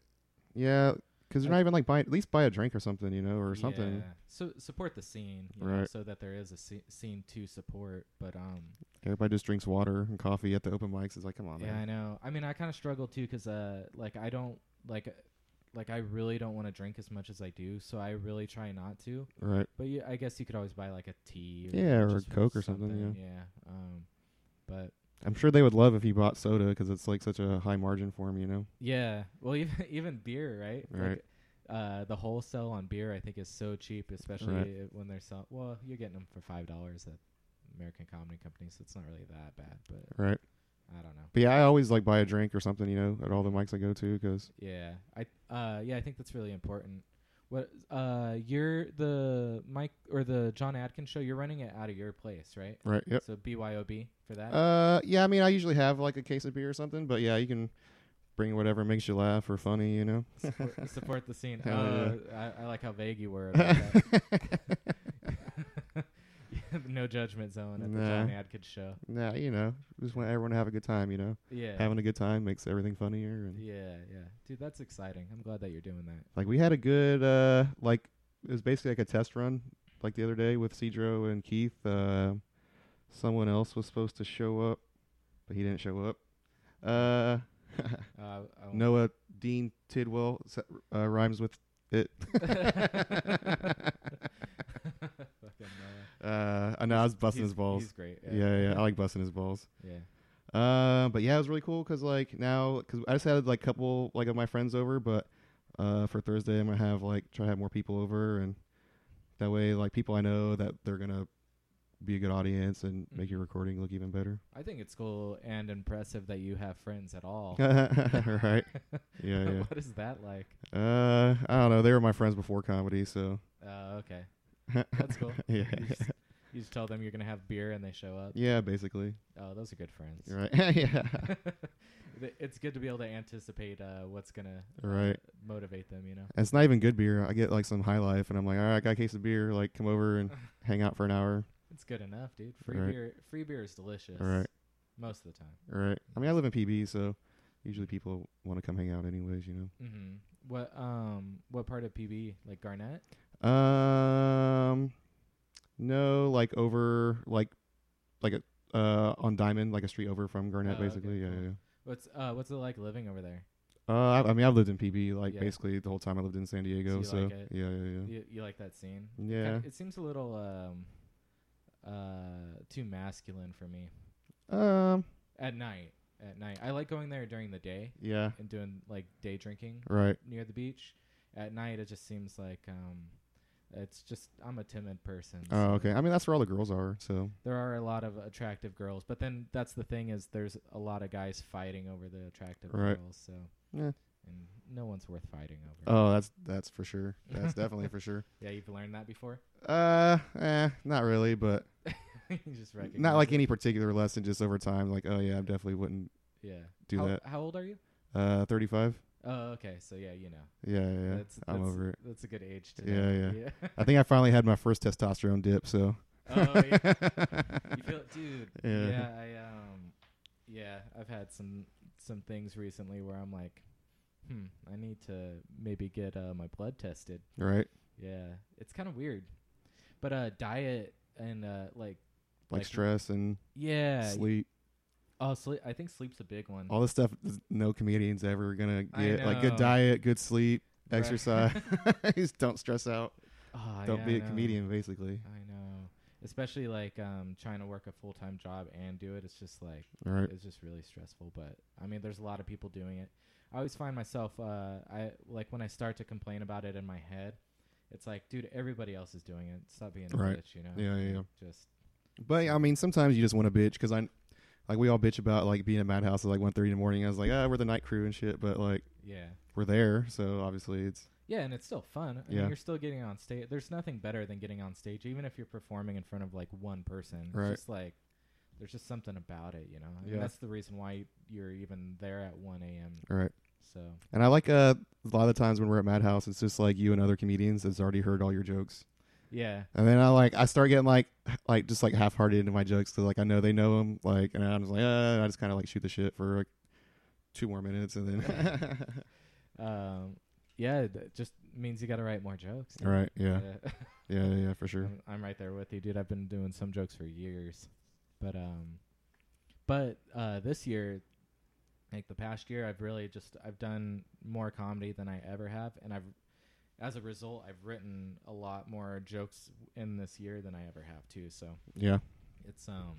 S2: yeah, because they're
S1: I-
S2: not even like buying. At least buy a drink or something, you know, or something.
S1: Yeah. So support the scene, you know,
S2: Right.
S1: so that there is a sce- scene to support. But um,
S2: Everybody just drinks water and coffee at the open mics. It's like, come on,
S1: yeah, I
S2: Oh, man.
S1: know. I mean, I kind of struggle too because uh, like I don't like, uh, like I really don't want to drink as much as I do, so I really try not to.
S2: Right.
S1: But you, I guess you could always buy like a tea.
S2: Yeah, or
S1: just
S2: a Coke or something,
S1: Yeah. Um, but
S2: I'm sure they would love if you bought soda because it's like such a high margin for 'em, you know.
S1: yeah, well, even even beer, right?
S2: Right.
S1: Like, uh, the wholesale on beer, I think, is so cheap, especially i- when they're sell. Well, you're getting them for five dollars at American Comedy Company, so it's not really that bad. But
S2: Right.
S1: I don't know.
S2: But yeah, I always like buy a drink or something, you know, at all the mics I go to because
S1: Yeah, I uh, yeah, I think that's really important. What uh, you're the Mike or the John Adkins show? You're running it out of your place, right?
S2: right. Yep.
S1: So BYOB for that.
S2: Uh, yeah. I mean, I usually have like a case of beer or something, but yeah, you can bring whatever makes you laugh or funny, you know.
S1: support, support the scene.
S2: Hell
S1: Uh, I, I like how vague you were. About that. no judgment zone at the John
S2: Nah.
S1: Adkins show.
S2: Nah, you know, just want everyone to have a good time, you know.
S1: Yeah,
S2: Having a good time makes everything funnier. And
S1: yeah, yeah, dude, that's exciting. I'm glad that you're doing that.
S2: like we had a good, uh, like it was basically like a test run, like the other day with Cedro and Keith. Uh, someone else was supposed to show up, but he didn't show up. Uh,
S1: Uh, I won't-
S2: Noah Dean Tidwell s- uh, rhymes with it.
S1: Fucking Noah.
S2: Uh, I know I was busting
S1: He's-
S2: his balls.
S1: He's great.
S2: yeah, yeah, I like busting his balls.
S1: yeah.
S2: Uh, but yeah, it was really cool because like now, because I just had like a couple like of my friends over, but uh, for Thursday I'm gonna have like try to have more people over, and that way like people I know that they're gonna be a good audience and
S1: Mm.
S2: make your recording look even better.
S1: I think it's cool and impressive that you have friends at all.
S2: right? Yeah, yeah.
S1: what is that like?
S2: Uh, I don't know. They were my friends before comedy, so
S1: Oh, okay. That's cool.
S2: yeah,
S1: You just, you just tell them you're gonna have beer and they show up.
S2: yeah, basically.
S1: Oh, those are good friends.
S2: Right? yeah,
S1: Th- it's good to be able to anticipate uh, what's gonna uh,
S2: right.
S1: motivate them. You know.
S2: And it's not even good beer. I get like some high life, and I'm like, all right, I got a case of beer. Like, come over and hang out for an hour.
S1: It's good enough, dude. Free
S2: Right.
S1: beer, free beer is delicious.
S2: Right.
S1: Most of the time.
S2: All right. I mean, I live in PB, so usually people want to come hang out, anyways. You
S1: hmm What um what part of PB like Garnett?
S2: know. Um, no, like over, like, like a uh on Diamond, like a street over from
S1: Oh,
S2: Garnett,
S1: okay,
S2: basically. Yeah,
S1: cool.
S2: yeah. yeah.
S1: What's uh what's it like living over there?
S2: Uh, I, I mean, I've lived in PB like
S1: Yeah.
S2: basically the whole time I lived in San Diego.
S1: you
S2: So,
S1: like it?
S2: yeah, yeah, yeah.
S1: You, you like that scene?
S2: Yeah.
S1: Kinda- it seems a little um uh too masculine for me
S2: Um,
S1: at night. At night, I like going there during the day
S2: yeah.
S1: and doing like day drinking
S2: Right.
S1: near the beach. At night, it just seems like um, it's just I'm a timid person.
S2: Oh,
S1: so
S2: okay. I mean, that's where all the girls are. So,
S1: There are a lot of attractive girls, but then that's the thing is there's a lot of guys fighting over the attractive
S2: Right.
S1: girls. So
S2: Yeah.
S1: and no one's worth fighting over.
S2: oh, that's that's for sure. That's definitely for sure.
S1: Yeah, you've learned that before.
S2: Uh, eh, not really, but
S1: you just recognize
S2: not like
S1: it.
S2: any particular lesson. Just over time, like, oh yeah, I definitely wouldn't
S1: Yeah.
S2: do
S1: how,
S2: that.
S1: How old are you?
S2: Uh, thirty-five.
S1: Oh, okay. So yeah, you know.
S2: Yeah, yeah, yeah.
S1: That's,
S2: I'm
S1: that's-
S2: over it.
S1: That's a good age to.
S2: Yeah,
S1: know. yeah.
S2: I think I finally had my first testosterone dip. So,
S1: oh yeah. You feel, dude.
S2: Yeah.
S1: Yeah. I um, yeah, I've had some some things recently where I'm like, hmm, I need to maybe get uh, my blood tested.
S2: right,
S1: Yeah, it's kind of weird, but uh, diet and uh, like
S2: like,
S1: Like-
S2: stress and
S1: yeah, y-
S2: sleep,
S1: oh, sleep. I think sleep's a big one.
S2: all this stuff. is- No comedian's ever gonna
S1: I
S2: get like good
S1: know.
S2: diet, good sleep,
S1: Right.
S2: exercise. Just don't stress out.
S1: Ah,
S2: Don't
S1: yeah,
S2: be
S1: I
S2: a
S1: know.
S2: comedian, basically.
S1: I know, especially like um, trying to work a full time job and do it. It's just like.
S2: All right.
S1: It's just really stressful. But I mean, there's a lot of people doing it. I always find myself, uh, I like when I start to complain about it in my head, it's like, dude, everybody else is doing it. Stop being a
S2: Right.
S1: bitch, you know?
S2: Yeah, yeah, yeah.
S1: Just
S2: But I mean, sometimes you just want to bitch because I, like, we all bitch about like being at Madhouse at like one thirty in the morning. I was like, ah, we're the night crew and shit, but like
S1: yeah,
S2: we're there, so obviously it's
S1: yeah, and it's still fun. I
S2: Yeah.
S1: mean, you're still getting on stage. There's nothing better than getting on stage, even if you're performing in front of like one person.
S2: Right.
S1: It's just like there's just something about it, you know. And
S2: Yeah.
S1: that's the reason why you're even there at 1 a.m.
S2: All right.
S1: So
S2: And I like uh, a lot of the times when we're at Madhouse, it's just like you and other comedians that's already heard all your jokes.
S1: yeah,
S2: And then I like I start getting like h- like just like half hearted into my jokes because like I know they know them like and I'm just like uh, I just kind of like shoot the shit for like two more minutes and then
S1: um, yeah, that just means you got to write more jokes. Uh,
S2: all right yeah
S1: Yeah.
S2: yeah yeah for sure
S1: I'm, I'm right there with you, dude. I've been doing some jokes for years, but um, but uh, this year, like the past year, I've really just I've done more comedy than I ever have, and I've as a result, I've written a lot more jokes in this year than I ever have too. So
S2: yeah
S1: it's um,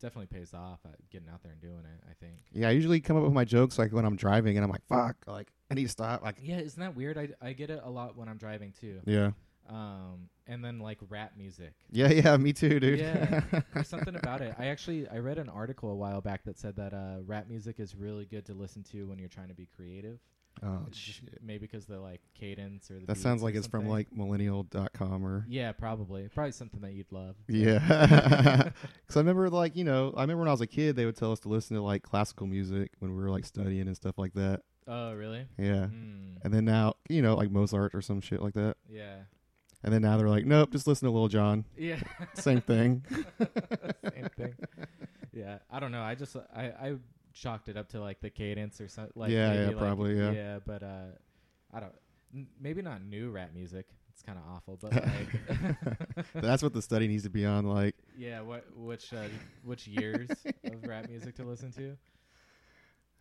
S1: definitely pays off uh, getting out there and doing it. I think.
S2: yeah I usually come up with my jokes like when I'm driving and I'm like fuck like I need to stop like
S1: Yeah, isn't that weird? I I get it a lot when I'm driving too.
S2: yeah
S1: Um, and then like rap music.
S2: yeah yeah me too dude
S1: Yeah, There's something about it. I actually I read an article a while back that said that uh, rap music is really good to listen to when you're trying to be creative.
S2: oh
S1: It's just
S2: shit
S1: Maybe because the like cadence or the
S2: that
S1: beats
S2: sounds
S1: or
S2: like it's from
S1: something.
S2: like millennial.com or
S1: yeah, probably probably something that you'd love.
S2: Yeah. Because I remember, like, you know, I remember when I was a kid, they would tell us to listen to, like, classical music when we were, like, studying and stuff like that.
S1: Oh really?
S2: Yeah.
S1: Mm,
S2: And then now, you know, like Mozart or some shit like that.
S1: yeah.
S2: And then now they're like, nope, just listen to Lil Jon.
S1: Yeah.
S2: Same thing.
S1: Same thing. Yeah. I don't know. I just I I chalked it up to like the cadence or something. Like
S2: Yeah, yeah,
S1: maybe, like,
S2: probably, yeah.
S1: Yeah, but uh, I don't. n- Maybe not new rap music. It's kind of awful, but like.
S2: That's what the study needs to be on. Like,
S1: Yeah, what which uh, which years of rap music to listen to?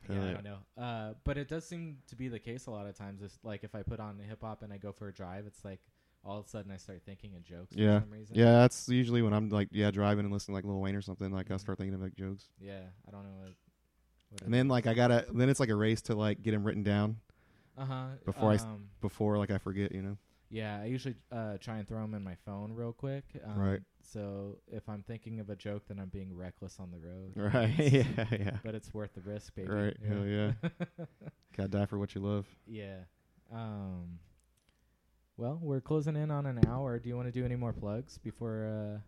S1: Yeah, I don't
S2: Right.
S1: know. Uh, but it does seem to be the case a lot of times. It's like if I put on hip hop and I go for a drive, it's like all of a sudden I start thinking of jokes
S2: Yeah.
S1: for some reason.
S2: yeah, that's usually when I'm, like, yeah, driving and listening to, like, Lil Wayne or something. Like, I
S1: Mhm.
S2: start thinking of, like, jokes.
S1: yeah. I don't know what. what
S2: And then, like, I gotta, then it's like a race to, like, get them written down
S1: uh huh.
S2: before I s-
S1: um,
S2: before, like, I forget, you know?
S1: yeah, I usually uh, try and throw them in my phone real quick. Um,
S2: Right.
S1: So if I'm thinking of a joke, then I'm being reckless on the road.
S2: Right. yeah,
S1: It's-
S2: yeah.
S1: But it's worth the risk, baby.
S2: Right. Hell yeah. Gotta die for what you love.
S1: Yeah. Um. Well, we're closing in on an hour. Do you want to do any more plugs before?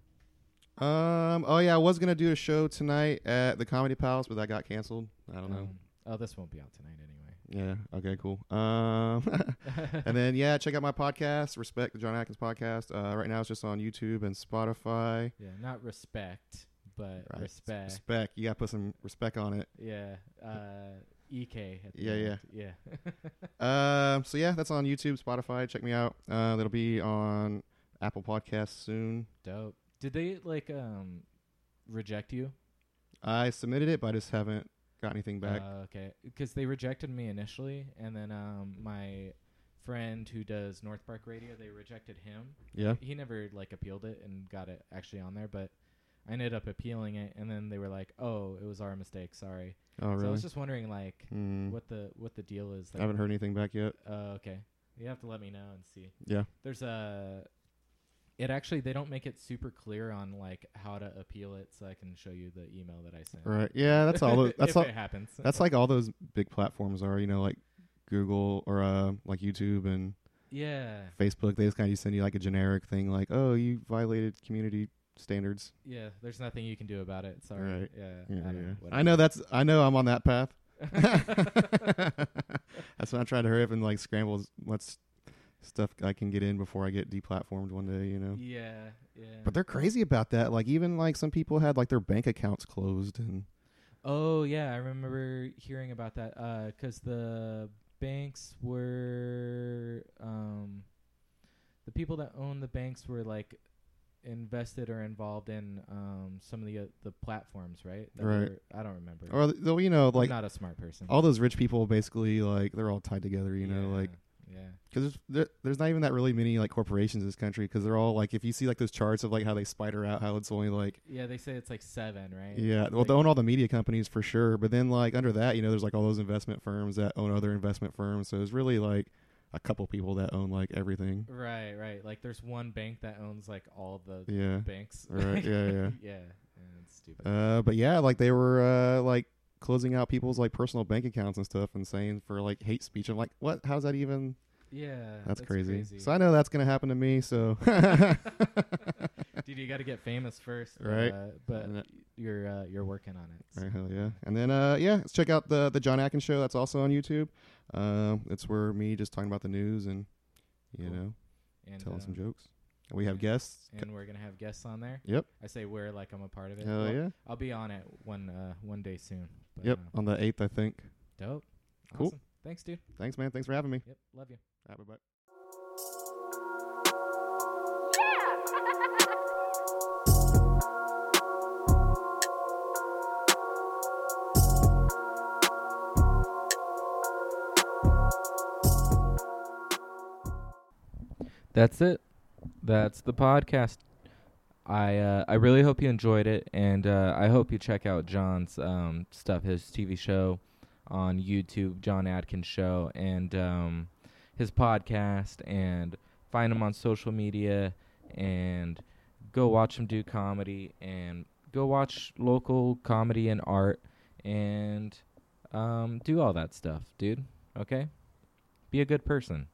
S1: uh,
S2: Um. Oh yeah, I was gonna do a show tonight at the Comedy Palace, but that got canceled. I
S1: Uh,
S2: don't know.
S1: um, oh, this won't be out tonight anyway.
S2: Yeah. Okay. Cool. Um. and then yeah, check out my podcast, Respect the John Atkins podcast. Uh, right now it's just on YouTube and Spotify.
S1: yeah, not respect, but
S2: Right.
S1: respect.
S2: Respect. You gotta put some respect on it.
S1: yeah. Uh. Ek. At the
S2: Yeah,
S1: end. Yeah.
S2: Um. So yeah, that's on YouTube, Spotify. Check me out. Uh, that'll be on Apple Podcasts soon.
S1: Dope. Did they like um reject you?
S2: I submitted it, but I just haven't got anything back.
S1: Uh, okay, because they rejected me initially, and then um my friend who does North Park Radio, they rejected him.
S2: yeah.
S1: he never like appealed it and got it actually on there, but I ended up appealing it, and then they were like, "Oh, it was our mistake. Sorry."
S2: Oh
S1: So I
S2: really?
S1: was just wondering like
S2: Hmm.
S1: what the what the deal is.
S2: I
S1: Like,
S2: haven't heard anything back yet.
S1: Uh, okay, you have to let me know and see.
S2: Yeah.
S1: There's a. It actually they don't make it super clear on like how to appeal it, so I can show you the email that I sent.
S2: Right. Yeah. That's all. tho- That's
S1: if
S2: all.
S1: It happens.
S2: That's like all those big platforms are, you know, like Google or uh, like YouTube and
S1: yeah,
S2: Facebook. They just kind of send you like a generic thing, like, "Oh, you violated community standards."
S1: yeah. There's nothing you can do about it. Sorry.
S2: Right.
S1: Yeah.
S2: Yeah,
S1: I,
S2: yeah.
S1: don't
S2: I know that's. I know I'm on that path. that's why I'm trying to hurry up and like scramble as much stuff I can get in before I get deplatformed one day, you know.
S1: yeah. Yeah.
S2: But they're crazy about that. Like even like some people had like their bank accounts closed and
S1: Oh yeah, I remember hearing about that because the banks were um, the people that own the banks were like invested or involved in um, some of the uh, the platforms, right? That
S2: Right.
S1: were- I don't remember.
S2: or though you know
S1: I'm
S2: like
S1: not a smart person.
S2: all those rich people basically like they're all tied together, you know,
S1: Yeah,
S2: like
S1: yeah,
S2: because there, there's not even that really many like corporations in this country because they're all like if you see like those charts of like how they spider out how it's only like
S1: yeah. They say it's like seven, right?
S2: yeah well
S1: Like-
S2: they own all the media companies for sure but then like under that you know there's like all those investment firms that own other investment firms so it's really like a couple people that own like everything
S1: Right, right. Like there's one bank that owns like all the
S2: yeah
S1: banks.
S2: Right, yeah, yeah.
S1: yeah. yeah, It's stupid.
S2: uh but yeah like they were uh like closing out people's like personal bank accounts and stuff and saying for like hate speech i'm like what how's that even
S1: yeah,
S2: that's, crazy. so i know that's gonna happen to me so
S1: Do
S3: Dude, you got to get famous first. but,
S2: Right.
S3: Uh, but
S2: And that-
S3: you're uh, you're working on it. so.
S2: Right, hell yeah. And then uh yeah, let's check out the the John Atkins show. That's also on YouTube. Um, it's where me just talking about the news and you
S3: Cool.
S2: know
S3: And,
S2: telling
S3: uh,
S2: some jokes. And we have
S3: yeah.
S2: guests.
S3: and oh, we're gonna have guests on there.
S2: Yep.
S3: I say we're like I'm a part of it.
S2: Hell
S3: Well,
S2: yeah.
S3: I'll be on it one uh, one day soon. But
S2: Yep.
S3: uh,
S2: On the eighth, I think.
S3: dope.
S2: Cool.
S3: Awesome. Thanks, dude.
S2: Thanks, man. Thanks for having me.
S3: Yep. Love you.
S2: All right, bye.
S1: That's it. That's the podcast. I uh, I really hope you enjoyed it, and uh, I hope you check out John's um, stuff, his TV show on YouTube, John Adkins Show, and um, his podcast, and find him on social media, and go watch him do comedy, and go watch local comedy and art, and um, do all that stuff, dude. Okay, be a good person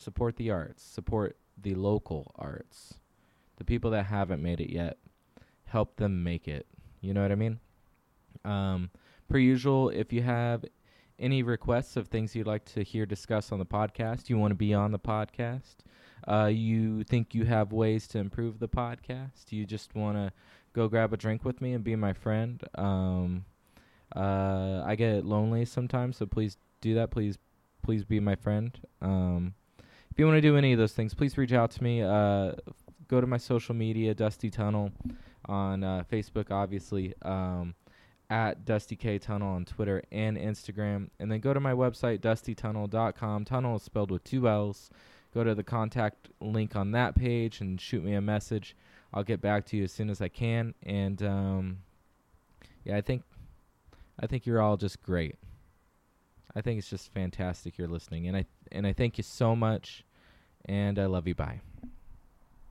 S1: support the arts, support the local arts, the people that haven't made it yet, help them make it. You know what I mean? Um, per usual, if you have any requests of things you'd like to hear discussed on the podcast, you want to be on the podcast, uh, you think you have ways to improve the podcast, you just want to go grab a drink with me and be my friend. Um, uh, I get lonely sometimes, so please do that. Please, please be my friend. Um, if you want to do any of those things, please reach out to me. Uh, go to my social media, Dusty Tunnel, on uh, Facebook, obviously, um, at Dusty K Tunnel on Twitter and Instagram. And then go to my website, dustytunnel.com. Tunnel is spelled with two L's. Go to the contact link on that page and shoot me a message. I'll get back to you as soon as I can. And um, yeah, I think I think you're all just great. I think it's just fantastic you're listening, and I and I thank you so much, and I love you. Bye.